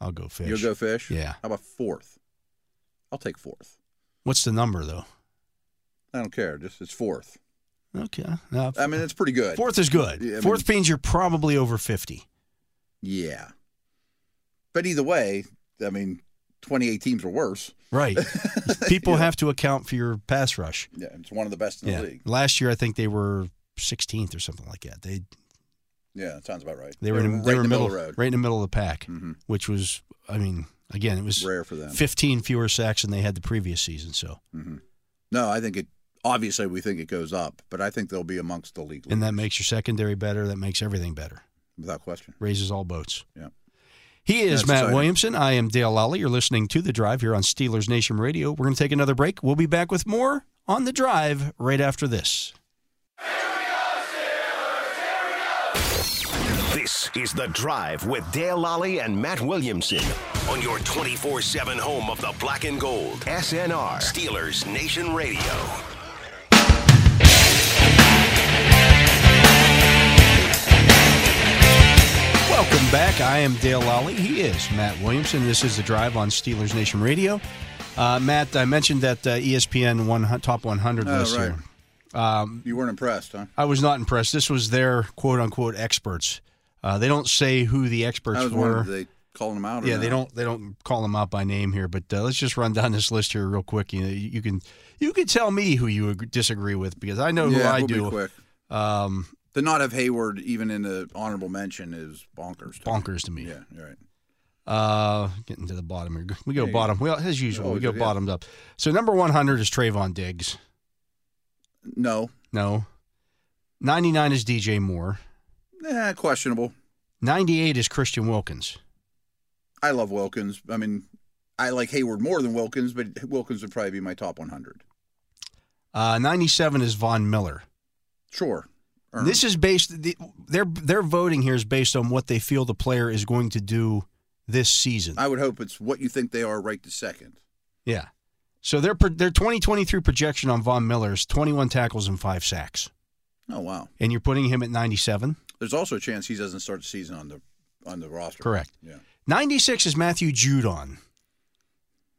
Speaker 2: I'll go fish.
Speaker 3: you'll go fish?
Speaker 2: Yeah.
Speaker 3: How about fourth? I'll take fourth.
Speaker 2: What's the number though?
Speaker 3: I don't care. Just it's fourth.
Speaker 2: Okay. uh, No,
Speaker 3: I mean, it's pretty good.
Speaker 2: Fourth is good.
Speaker 3: Yeah, I
Speaker 2: Fourth means you're probably over 50.
Speaker 3: Yeah. But either way, I mean, 28 teams are worse.
Speaker 2: Right. People have to account for your pass rush.
Speaker 3: Yeah, it's one of the best in
Speaker 2: Yeah.
Speaker 3: the league.
Speaker 2: Last year, I think they were 16th or something like that. They
Speaker 3: Yeah, that sounds about right.
Speaker 2: they were in,
Speaker 3: right
Speaker 2: they
Speaker 3: in
Speaker 2: were
Speaker 3: the middle
Speaker 2: middle,
Speaker 3: of the road.
Speaker 2: right in the middle of the pack,
Speaker 3: Mhm.
Speaker 2: which was I mean again it was
Speaker 3: Rare for them.
Speaker 2: 15 fewer sacks than they had the previous season. So
Speaker 3: hmm No, I think it Obviously, we think it goes up, but I think they'll be amongst the league
Speaker 2: And
Speaker 3: leaders,
Speaker 2: that makes your secondary better. That makes everything better.
Speaker 3: without question.
Speaker 2: Raises all boats.
Speaker 3: Yeah.
Speaker 2: He is
Speaker 3: That's
Speaker 2: Matt
Speaker 3: exciting.
Speaker 2: Williamson. I am Dale Lally. You're listening to The Drive here on Steelers Nation Radio. We're going to take another break. We'll be back with more on The Drive right after this.
Speaker 1: This is The Drive with Dale Lally and Matt Williamson on your 24 7 home of the black and gold. SNR, Steelers Nation Radio.
Speaker 2: Welcome back. I am Dale Lally. He is Matt Williamson. This is The Drive on Steelers Nation Radio. Uh, Matt, I mentioned that uh, ESPN one, Top 100
Speaker 3: Oh,
Speaker 2: list
Speaker 3: right.
Speaker 2: here.
Speaker 3: You weren't impressed, huh?
Speaker 2: I was not impressed. This was their quote unquote experts. Uh, they don't say who the
Speaker 3: I
Speaker 2: experts
Speaker 3: was
Speaker 2: were.
Speaker 3: wondering if they calling them out. Or
Speaker 2: Yeah, they
Speaker 3: not.
Speaker 2: don't they don't call them out by name here, but uh, let's just run down this list here real quick. You know, you you can you can tell me who you ag- disagree with because I know who
Speaker 3: Yeah,
Speaker 2: I
Speaker 3: we'll
Speaker 2: do.
Speaker 3: Be quick.
Speaker 2: Um,
Speaker 3: To not have Hayward even in the honorable mention is bonkers. to me.
Speaker 2: bonkers to me.
Speaker 3: Yeah, you're right.
Speaker 2: Uh, getting to the bottom here. We go
Speaker 3: Yeah,
Speaker 2: bottom. Well, as usual, we
Speaker 3: always
Speaker 2: go
Speaker 3: do, yeah.
Speaker 2: bottomed up. So number one hundred is Trayvon Diggs.
Speaker 3: No,
Speaker 2: No, ninety nine is DJ Moore.
Speaker 3: eh, questionable.
Speaker 2: Ninety eight is Christian Wilkins.
Speaker 3: I love Wilkins. I mean, I like Hayward more than Wilkins, but Wilkins would probably be my top 100.
Speaker 2: Uh, ninety seven is Von Miller.
Speaker 3: Sure. Erm, Earned.
Speaker 2: This is based the, their their voting here is based on what they feel the player is going to do this season.
Speaker 3: I would hope it's what you think they are right to second.
Speaker 2: Yeah. So their pro- their 2023 projection on Von Miller is 21 tackles and 5 sacks.
Speaker 3: Oh wow.
Speaker 2: And you're putting him at 97?
Speaker 3: There's also a chance he doesn't start the season on the on the roster.
Speaker 2: Correct.
Speaker 3: Yeah.
Speaker 2: 96 is Matthew Judon.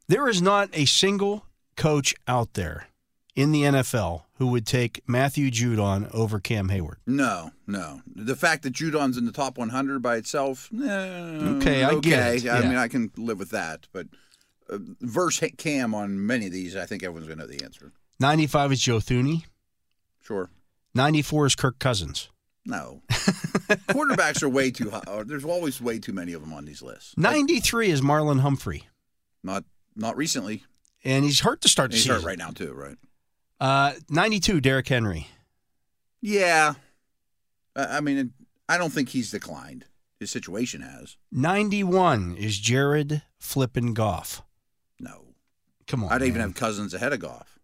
Speaker 2: There is not a single coach out there in the NFL who would take Matthew Judon over Cam Hayward.
Speaker 3: No, no. The fact that Judon's in the top 100 by itself, eh,
Speaker 2: Okay, I get
Speaker 3: okay.
Speaker 2: it,
Speaker 3: I
Speaker 2: yeah.
Speaker 3: mean, I can live with that, but uh, verse hit Cam on many of these, I think everyone's going to know the answer.
Speaker 2: 95 is Joe Thuney.
Speaker 3: Sure.
Speaker 2: 94 is Kirk Cousins.
Speaker 3: No. Quarterbacks are way too high. or There's always way too many of them on these lists.
Speaker 2: 93 is Marlon Humphrey.
Speaker 3: Not not recently.
Speaker 2: And he's hurt to start the
Speaker 3: He's hurt
Speaker 2: season.
Speaker 3: right now too, right?
Speaker 2: Uh, 92, Derrick Henry.
Speaker 3: Yeah. I I mean, I don't think he's declined. His situation has.
Speaker 2: 91 is Jared Flippin' Goff.
Speaker 3: No.
Speaker 2: Come on.
Speaker 3: I'd even
Speaker 2: man.
Speaker 3: have Cousins ahead of Goff.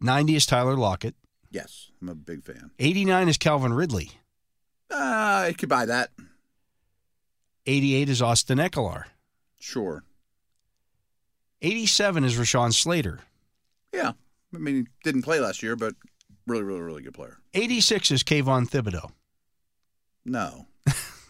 Speaker 2: 90 is Tyler Lockett.
Speaker 3: Yes, I'm a big fan.
Speaker 2: 89 is Calvin Ridley.
Speaker 3: Uh, I could buy that.
Speaker 2: 88 is Austin Eckler.
Speaker 3: Sure.
Speaker 2: 87 is Rashawn Slater.
Speaker 3: Yeah. I mean, he didn't play last year, but really, really, really good player.
Speaker 2: 86 is Kayvon Thibodeau.
Speaker 3: No.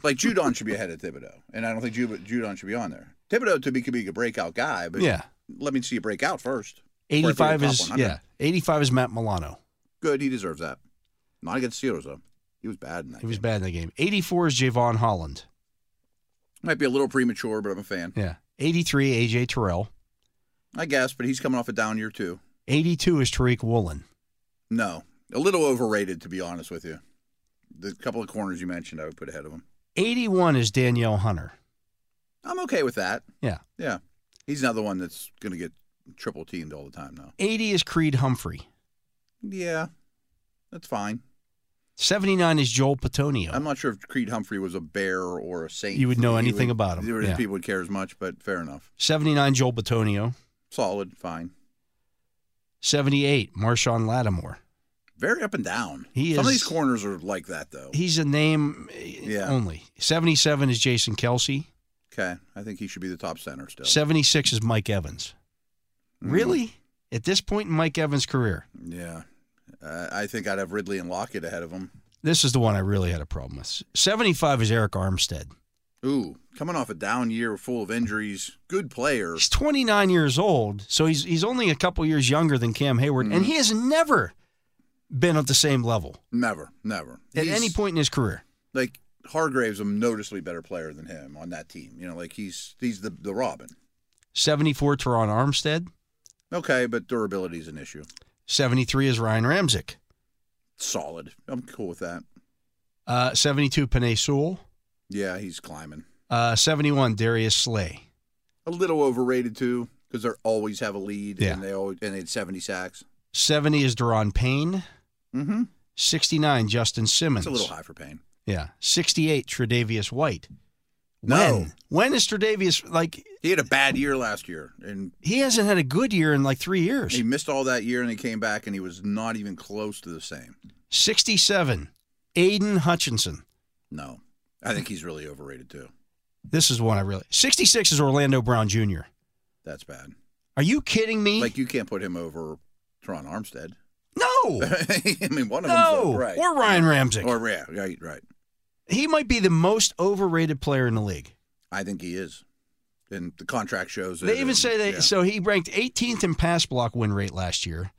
Speaker 3: like, Judon should be ahead of Thibodeau, and I don't think Ju- Judon should be on there. Thibodeau to be could be a breakout guy, but
Speaker 2: Yeah.
Speaker 3: let me see you break out first. Before I put you
Speaker 2: 85
Speaker 3: in the top
Speaker 2: is
Speaker 3: 100.
Speaker 2: yeah. 85 is Matt Milano.
Speaker 3: Good. He deserves that. Not against Steelers, though. He was bad in that.
Speaker 2: He was
Speaker 3: game.
Speaker 2: bad in the game. 84 is Javon Holland.
Speaker 3: Might be a little premature, but I'm a fan.
Speaker 2: Yeah. 83 AJ Terrell.
Speaker 3: I guess, but he's coming off a down year, too.
Speaker 2: 82 is Tariq Woolen.
Speaker 3: No. A little overrated, to be honest with you. The couple of corners you mentioned, I would put ahead of him.
Speaker 2: 81 is Danielle Hunter.
Speaker 3: I'm okay with that.
Speaker 2: Yeah.
Speaker 3: Yeah. He's another one that's going to get triple teamed all the time now.
Speaker 2: 80 is Creed Humphrey.
Speaker 3: Yeah. That's fine.
Speaker 2: 79 is Joel Patonio.
Speaker 3: I'm not sure if Creed Humphrey was a bear or a saint.
Speaker 2: You would know
Speaker 3: He
Speaker 2: anything about him.
Speaker 3: there were
Speaker 2: Yeah.
Speaker 3: People would care as much, but fair enough.
Speaker 2: 79 Joel Batonio.
Speaker 3: Solid, fine.
Speaker 2: 78 Marshawn Lattimore.
Speaker 3: Very up and down.
Speaker 2: He
Speaker 3: Some of
Speaker 2: is-
Speaker 3: these corners are like that, though.
Speaker 2: He's a name eh,
Speaker 3: Yeah.
Speaker 2: only. 77 is Jason Kelsey.
Speaker 3: Okay. I think he should be the top center still.
Speaker 2: 76 is Mike Evans.
Speaker 3: Mm.
Speaker 2: Really? At this point in Mike Evans' career,
Speaker 3: Yeah. Uh, I think I'd have Ridley and Lockett ahead of him.
Speaker 2: this is the one I really had a problem with. 75 is Eric Armstead.
Speaker 3: Ooh, coming off a down year full of injuries. Good player.
Speaker 2: He's 29 years old, so he's he's only a couple years younger than Cam Hayward,
Speaker 3: Mm.
Speaker 2: and he has never been at the same level
Speaker 3: Never, never.
Speaker 2: at
Speaker 3: He's-
Speaker 2: any point in his career.
Speaker 3: like Hargrave's a noticeably better player than him on that team. You know, like he's he's the the Robin.
Speaker 2: 74 Teron Armstead.
Speaker 3: Okay, but durability's an issue.
Speaker 2: 73 is Ryan Ramzik.
Speaker 3: Solid. I'm cool with that.
Speaker 2: Uh, 72 Panay Sewell.
Speaker 3: Yeah, he's climbing.
Speaker 2: Uh, 71 Darius Slay.
Speaker 3: A little overrated too, because they always have a lead
Speaker 2: Yeah.
Speaker 3: and they always and they had 70 sacks.
Speaker 2: 70 is Deron Payne.
Speaker 3: Mm-hmm.
Speaker 2: 69, Justin Simmons.
Speaker 3: It's a little high for Payne.
Speaker 2: Yeah. 68, Tredavious White.
Speaker 3: No.
Speaker 2: When? When is Tredavious, like,
Speaker 3: He had a bad year last year, and
Speaker 2: he hasn't had a good year in like three years.
Speaker 3: he missed all that year, and he came back, and he was not even close to the same.
Speaker 2: 67, Aiden Hutchinson.
Speaker 3: No, I think he's really overrated too.
Speaker 2: This is one I really. 66 is Orlando Brown Jr.
Speaker 3: That's bad.
Speaker 2: Are you kidding me?
Speaker 3: Like you can't put him over Tron Armstead.
Speaker 2: no.
Speaker 3: I mean, one of
Speaker 2: No.
Speaker 3: them, right?
Speaker 2: Or Ryan Ramsey.
Speaker 3: Or yeah, right, right.
Speaker 2: he might be the most overrated player in the league.
Speaker 3: I think he is, and the contract shows.
Speaker 2: They
Speaker 3: it,
Speaker 2: even
Speaker 3: and-
Speaker 2: say that.
Speaker 3: yeah.
Speaker 2: So he ranked 18th in pass block win rate last year,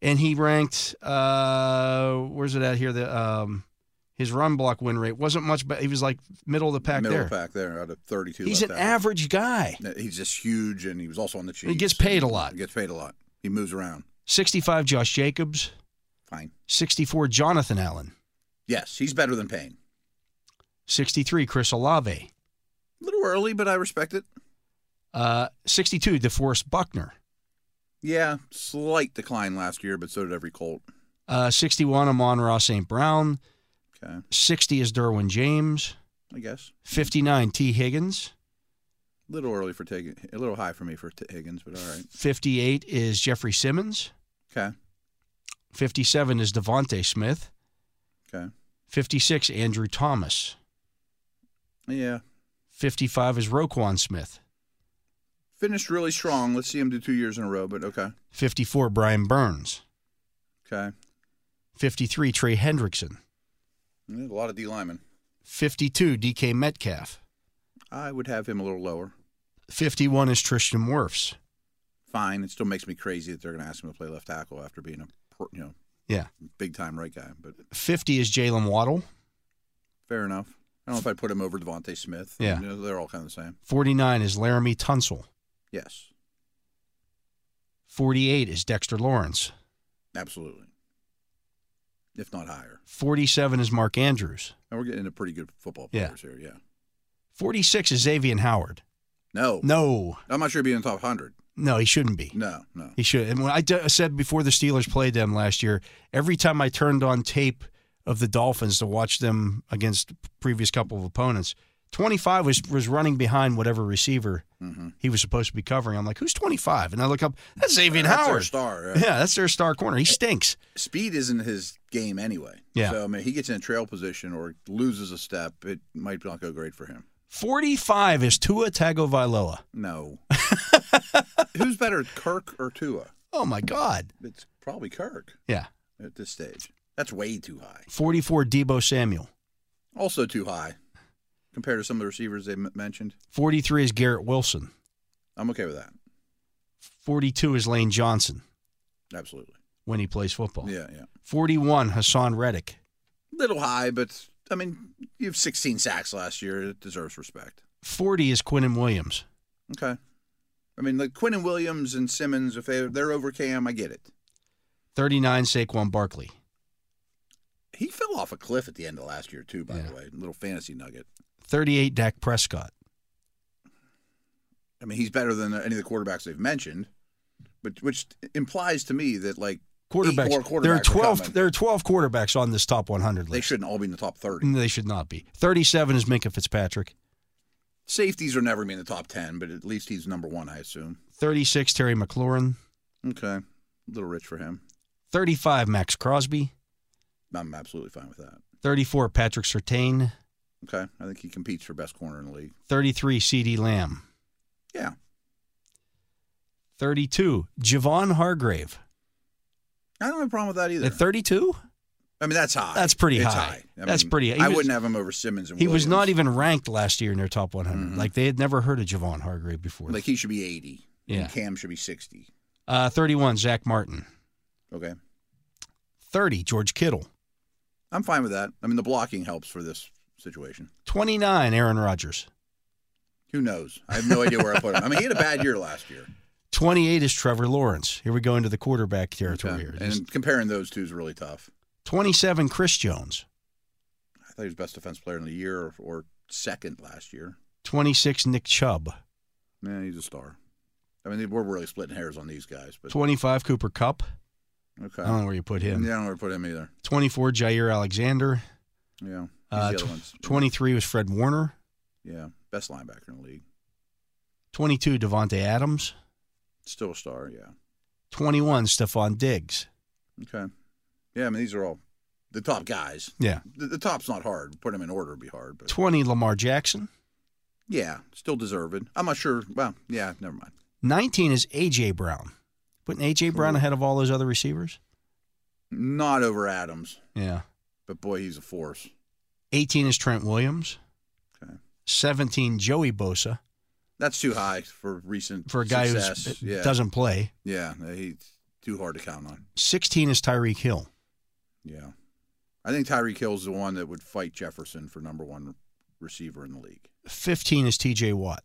Speaker 2: and he ranked. uh Where's it at here? The um, his run block win rate wasn't much, but he was like middle of the pack
Speaker 3: middle
Speaker 2: there.
Speaker 3: pack there out of thirty-two.
Speaker 2: He's an
Speaker 3: left out.
Speaker 2: average guy.
Speaker 3: He's just huge, and he was also on the Chiefs.
Speaker 2: He gets paid a lot.
Speaker 3: He gets paid a lot. He moves around.
Speaker 2: 65 Josh Jacobs,
Speaker 3: Fine.
Speaker 2: 64 Jonathan Allen,
Speaker 3: Yes, he's better than Payne.
Speaker 2: 63 Chris Olave,
Speaker 3: A little early, but I respect it.
Speaker 2: uh, 62 DeForest Buckner,
Speaker 3: Yeah, slight decline last year, but so did every Colt.
Speaker 2: uh, 61 Amon Ross St. Brown,
Speaker 3: Okay,
Speaker 2: 60 is Derwin James,
Speaker 3: I guess
Speaker 2: 59 T Higgins,
Speaker 3: a little early for taking a little high for me for T- Higgins, but all right.
Speaker 2: 58 is Jeffrey Simmons.
Speaker 3: Okay,
Speaker 2: 57 is Devonte Smith.
Speaker 3: okay,
Speaker 2: 56, Andrew Thomas.
Speaker 3: yeah.
Speaker 2: 55 is Roquan Smith.
Speaker 3: Finished really strong. Let's see him do two years in a row, but okay,
Speaker 2: 54, Brian Burns.
Speaker 3: okay.
Speaker 2: 53, Trey Hendrickson.
Speaker 3: Yeah, A lot of D linemen.
Speaker 2: 52, DK Metcalf.
Speaker 3: I would have him a little lower.
Speaker 2: 51 is Tristan Wirfs.
Speaker 3: Fine. It still makes me crazy that they're going to ask him to play left tackle after being a pro- you know
Speaker 2: Yeah.
Speaker 3: big time right guy. But
Speaker 2: 50 is Jalen Waddle.
Speaker 3: fair enough. I don't know if I'd put him over Devontae Smith.
Speaker 2: Yeah.
Speaker 3: You know, they're all kind of the same.
Speaker 2: 49 is Laramie Tunsil.
Speaker 3: Yes,
Speaker 2: 48 is Dexter Lawrence.
Speaker 3: absolutely. If not higher.
Speaker 2: 47 is Mark Andrews.
Speaker 3: And we're getting into pretty good football
Speaker 2: Yeah.
Speaker 3: players here. Yeah.
Speaker 2: 46 is Xavier Howard.
Speaker 3: No.
Speaker 2: No,
Speaker 3: I'm not sure he'd be in the top 100.
Speaker 2: no, he shouldn't be.
Speaker 3: No, no.
Speaker 2: He should. And when I d- said before the Steelers played them last year, every time I turned on tape of the Dolphins to watch them against previous couple of opponents, 25 was was running behind whatever receiver he was supposed to be covering. I'm like, who's 25? And I look up, that's Xavier
Speaker 3: Mm-hmm. That's their
Speaker 2: Howard.
Speaker 3: star. yeah.
Speaker 2: Yeah, that's their star corner. He stinks.
Speaker 3: Speed isn't his game anyway.
Speaker 2: Yeah.
Speaker 3: So, I mean, he gets in a trail position or loses a step, it might not go great for him.
Speaker 2: 45 is Tua Tagovailoa.
Speaker 3: No. Who's better, Kirk or Tua?
Speaker 2: Oh my God.
Speaker 3: It's probably Kirk
Speaker 2: Yeah.
Speaker 3: at this stage. That's way too high.
Speaker 2: 44 Debo Samuel.
Speaker 3: Also too high compared to some of the receivers they m- mentioned.
Speaker 2: 43 is Garrett Wilson.
Speaker 3: I'm okay with that.
Speaker 2: 42 is Lane Johnson
Speaker 3: Absolutely.
Speaker 2: when he plays football.
Speaker 3: Yeah, yeah.
Speaker 2: 41 Hassan Reddick.
Speaker 3: Little high, but I mean, you have 16 sacks last year. It deserves respect.
Speaker 2: 40 is Quinnen Williams.
Speaker 3: Okay. I mean, like Quinn and Williams and Simmons, if they, they're over Cam, I get it.
Speaker 2: 39 Saquon Barkley.
Speaker 3: He fell off a cliff at the end of last year, too, by
Speaker 2: Yeah.
Speaker 3: the way. Little fantasy nugget.
Speaker 2: 38 Dak Prescott.
Speaker 3: I mean, he's better than any of the quarterbacks they've mentioned, but which implies to me that, like,
Speaker 2: Quarterbacks.
Speaker 3: Eight more quarterbacks
Speaker 2: There are
Speaker 3: are
Speaker 2: 12
Speaker 3: coming.
Speaker 2: there are 12 quarterbacks on this top 100
Speaker 3: they
Speaker 2: list. Mm,
Speaker 3: shouldn't all be in the top 30.
Speaker 2: They should not be. 37 is Minka Fitzpatrick.
Speaker 3: Safeties are never going to be in the top 10, but at least he's number one, I assume.
Speaker 2: 36 Terry McLaurin.
Speaker 3: Okay. A little rich for him.
Speaker 2: 35 Max Crosby.
Speaker 3: I'm absolutely fine with that.
Speaker 2: 34 Patrick Sertain.
Speaker 3: Okay. I think he competes for best corner in the league.
Speaker 2: 33 CD Lamb.
Speaker 3: Yeah.
Speaker 2: 32 Javon Hargrave.
Speaker 3: I don't have a problem with that either.
Speaker 2: At 32?
Speaker 3: I mean, that's high.
Speaker 2: That's pretty
Speaker 3: It's
Speaker 2: high. That's pretty- he
Speaker 3: I
Speaker 2: was-
Speaker 3: wouldn't have him over Simmons and
Speaker 2: He was not
Speaker 3: Williams. Mm-hmm.
Speaker 2: even ranked last year in their top 100. Like they had never heard of Javon Hargrave before.
Speaker 3: Like, he should be 80.
Speaker 2: Yeah.
Speaker 3: And Cam should be 60.
Speaker 2: Uh, 31, Zach Martin.
Speaker 3: Okay.
Speaker 2: 30, George Kittle.
Speaker 3: I'm fine with that. I mean, the blocking helps for this situation.
Speaker 2: 29, Aaron Rodgers.
Speaker 3: Who knows? I have no idea where I put him. I mean, he had a bad year last year.
Speaker 2: 28 is Trevor Lawrence. Here we go into the quarterback territory
Speaker 3: Okay.
Speaker 2: here. Just-
Speaker 3: And comparing those two is really tough.
Speaker 2: 27, Chris Jones.
Speaker 3: I thought he was best defense player in the year or, or second last year.
Speaker 2: 26, Nick Chubb.
Speaker 3: Yeah, he's a star. I mean, we're really splitting hairs on these guys, but
Speaker 2: 25, Cooper Cup.
Speaker 3: Okay.
Speaker 2: I don't know where you put
Speaker 3: yeah, I
Speaker 2: him.
Speaker 3: don't know where to put him either.
Speaker 2: 24, Jair Alexander.
Speaker 3: Yeah. He's
Speaker 2: Uh,
Speaker 3: the other
Speaker 2: tw-
Speaker 3: ones.
Speaker 2: 23 was Fred Warner.
Speaker 3: Yeah. Best linebacker in the league.
Speaker 2: 22, Devontae Adams.
Speaker 3: Still a star. Yeah.
Speaker 2: 21, Stephon Diggs.
Speaker 3: Okay. Yeah. I mean, these are all the top guys.
Speaker 2: Yeah.
Speaker 3: The, the top's not hard. Put them in order would be hard, but
Speaker 2: 20, Lamar Jackson.
Speaker 3: yeah, still deserved. I'm not sure. Well, yeah, never mind.
Speaker 2: 19 is A.J. Brown. Putting A.J. Brown ahead of all those other receivers?
Speaker 3: Not over Adams,
Speaker 2: Yeah.
Speaker 3: but boy, he's a force.
Speaker 2: 18 is Trent Williams.
Speaker 3: Okay.
Speaker 2: 17, Joey Bosa.
Speaker 3: That's too high for recent
Speaker 2: For a guy who
Speaker 3: success. yeah.
Speaker 2: doesn't play.
Speaker 3: Yeah, he's too hard to count on.
Speaker 2: 16 is Tyreek Hill.
Speaker 3: Yeah, I think Tyreek Hill's the one that would fight Jefferson for number one receiver in the league.
Speaker 2: 15 is T.J. Watt.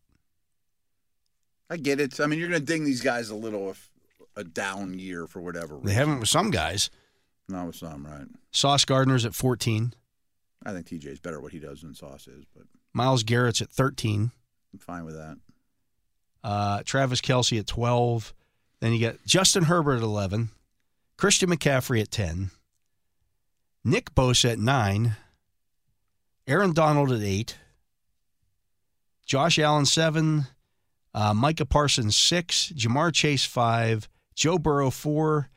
Speaker 3: I get it. I mean, you're going to ding these guys a little if a down year for whatever.
Speaker 2: They haven't with some guys.
Speaker 3: No, with some right.
Speaker 2: Sauce Gardner's at 14.
Speaker 3: I think TJ's better at what he does than Sauce is, but
Speaker 2: Miles Garrett's at 13.
Speaker 3: I'm fine with that.
Speaker 2: Uh, Travis Kelsey at 12. Then you got Justin Herbert at 11. Christian McCaffrey at 10. Nick Bosa at 9. Aaron Donald at 8. Josh Allen 7. Uh, Micah Parsons 6. Jamar Chase 5. Joe Burrow 4.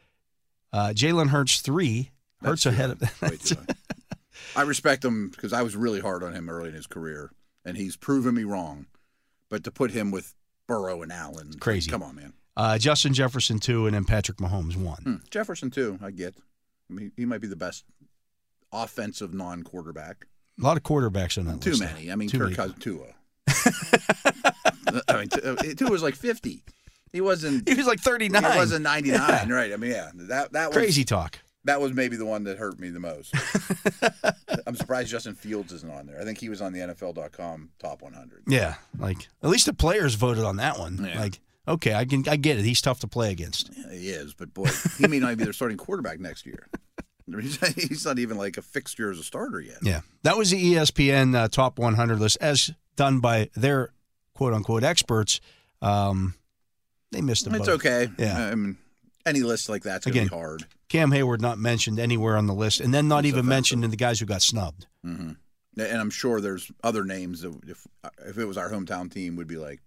Speaker 2: Uh, Jalen Hurts 3. Hurts
Speaker 3: That's too
Speaker 2: ahead of
Speaker 3: high. Way too high. I respect him because I was really hard on him early in his career, and he's proven me wrong. But to put him with Burrow and Allen,
Speaker 2: Crazy.
Speaker 3: Come on, man.
Speaker 2: uh, Justin Jefferson 2, and then Patrick Mahomes 1.
Speaker 3: Hmm. Jefferson too. I get. I mean, he might be the best offensive non-quarterback.
Speaker 2: A lot of quarterbacks on that
Speaker 3: Too
Speaker 2: list.
Speaker 3: many. I mean,
Speaker 2: Too
Speaker 3: Kirk
Speaker 2: many.
Speaker 3: Cousins, Tua. I mean, T- uh, Tua was like fifty. He wasn't.
Speaker 2: He was like 39.
Speaker 3: He wasn't ninety-nine, right? I mean, yeah, that that was,
Speaker 2: Crazy talk.
Speaker 3: That was maybe the one that hurt me the most. I'm surprised Justin Fields isn't on there. I think he was on the NFL.com top 100.
Speaker 2: Yeah, like at least the players voted on that one.
Speaker 3: Yeah.
Speaker 2: Like, okay, I can I get it. He's tough to play against.
Speaker 3: Yeah, he is, but boy, he may not even be their starting quarterback next year. He's not even like a fixture as a starter yet.
Speaker 2: Yeah, that was the ESPN uh, top 100 list as done by their quote unquote experts. Um, they missed the
Speaker 3: It's
Speaker 2: boat.
Speaker 3: okay.
Speaker 2: Yeah.
Speaker 3: I mean, any list like that's going
Speaker 2: Again.
Speaker 3: to be hard.
Speaker 2: Cam Hayward not mentioned anywhere on the list, and then not
Speaker 3: It's
Speaker 2: even
Speaker 3: offensive.
Speaker 2: mentioned in the guys who got snubbed.
Speaker 3: hmm And I'm sure there's other names that if if it was our hometown team would be like,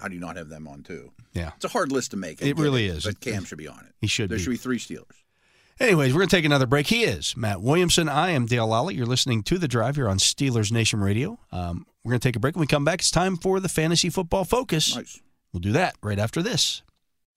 Speaker 3: how do you not have them on too?
Speaker 2: Yeah.
Speaker 3: It's a hard list to make. I
Speaker 2: It
Speaker 3: get
Speaker 2: really is.
Speaker 3: But Cam should be on it.
Speaker 2: He should
Speaker 3: there
Speaker 2: be.
Speaker 3: should be three Steelers.
Speaker 2: Anyways, we're going to take another break. He is Matt Williamson. I am Dale Lally. You're listening to The Drive here on Steelers Nation Radio. Um, we're going to take a break. When we come back, it's time for the Fantasy Football Focus.
Speaker 3: Nice.
Speaker 2: We'll do that right after this.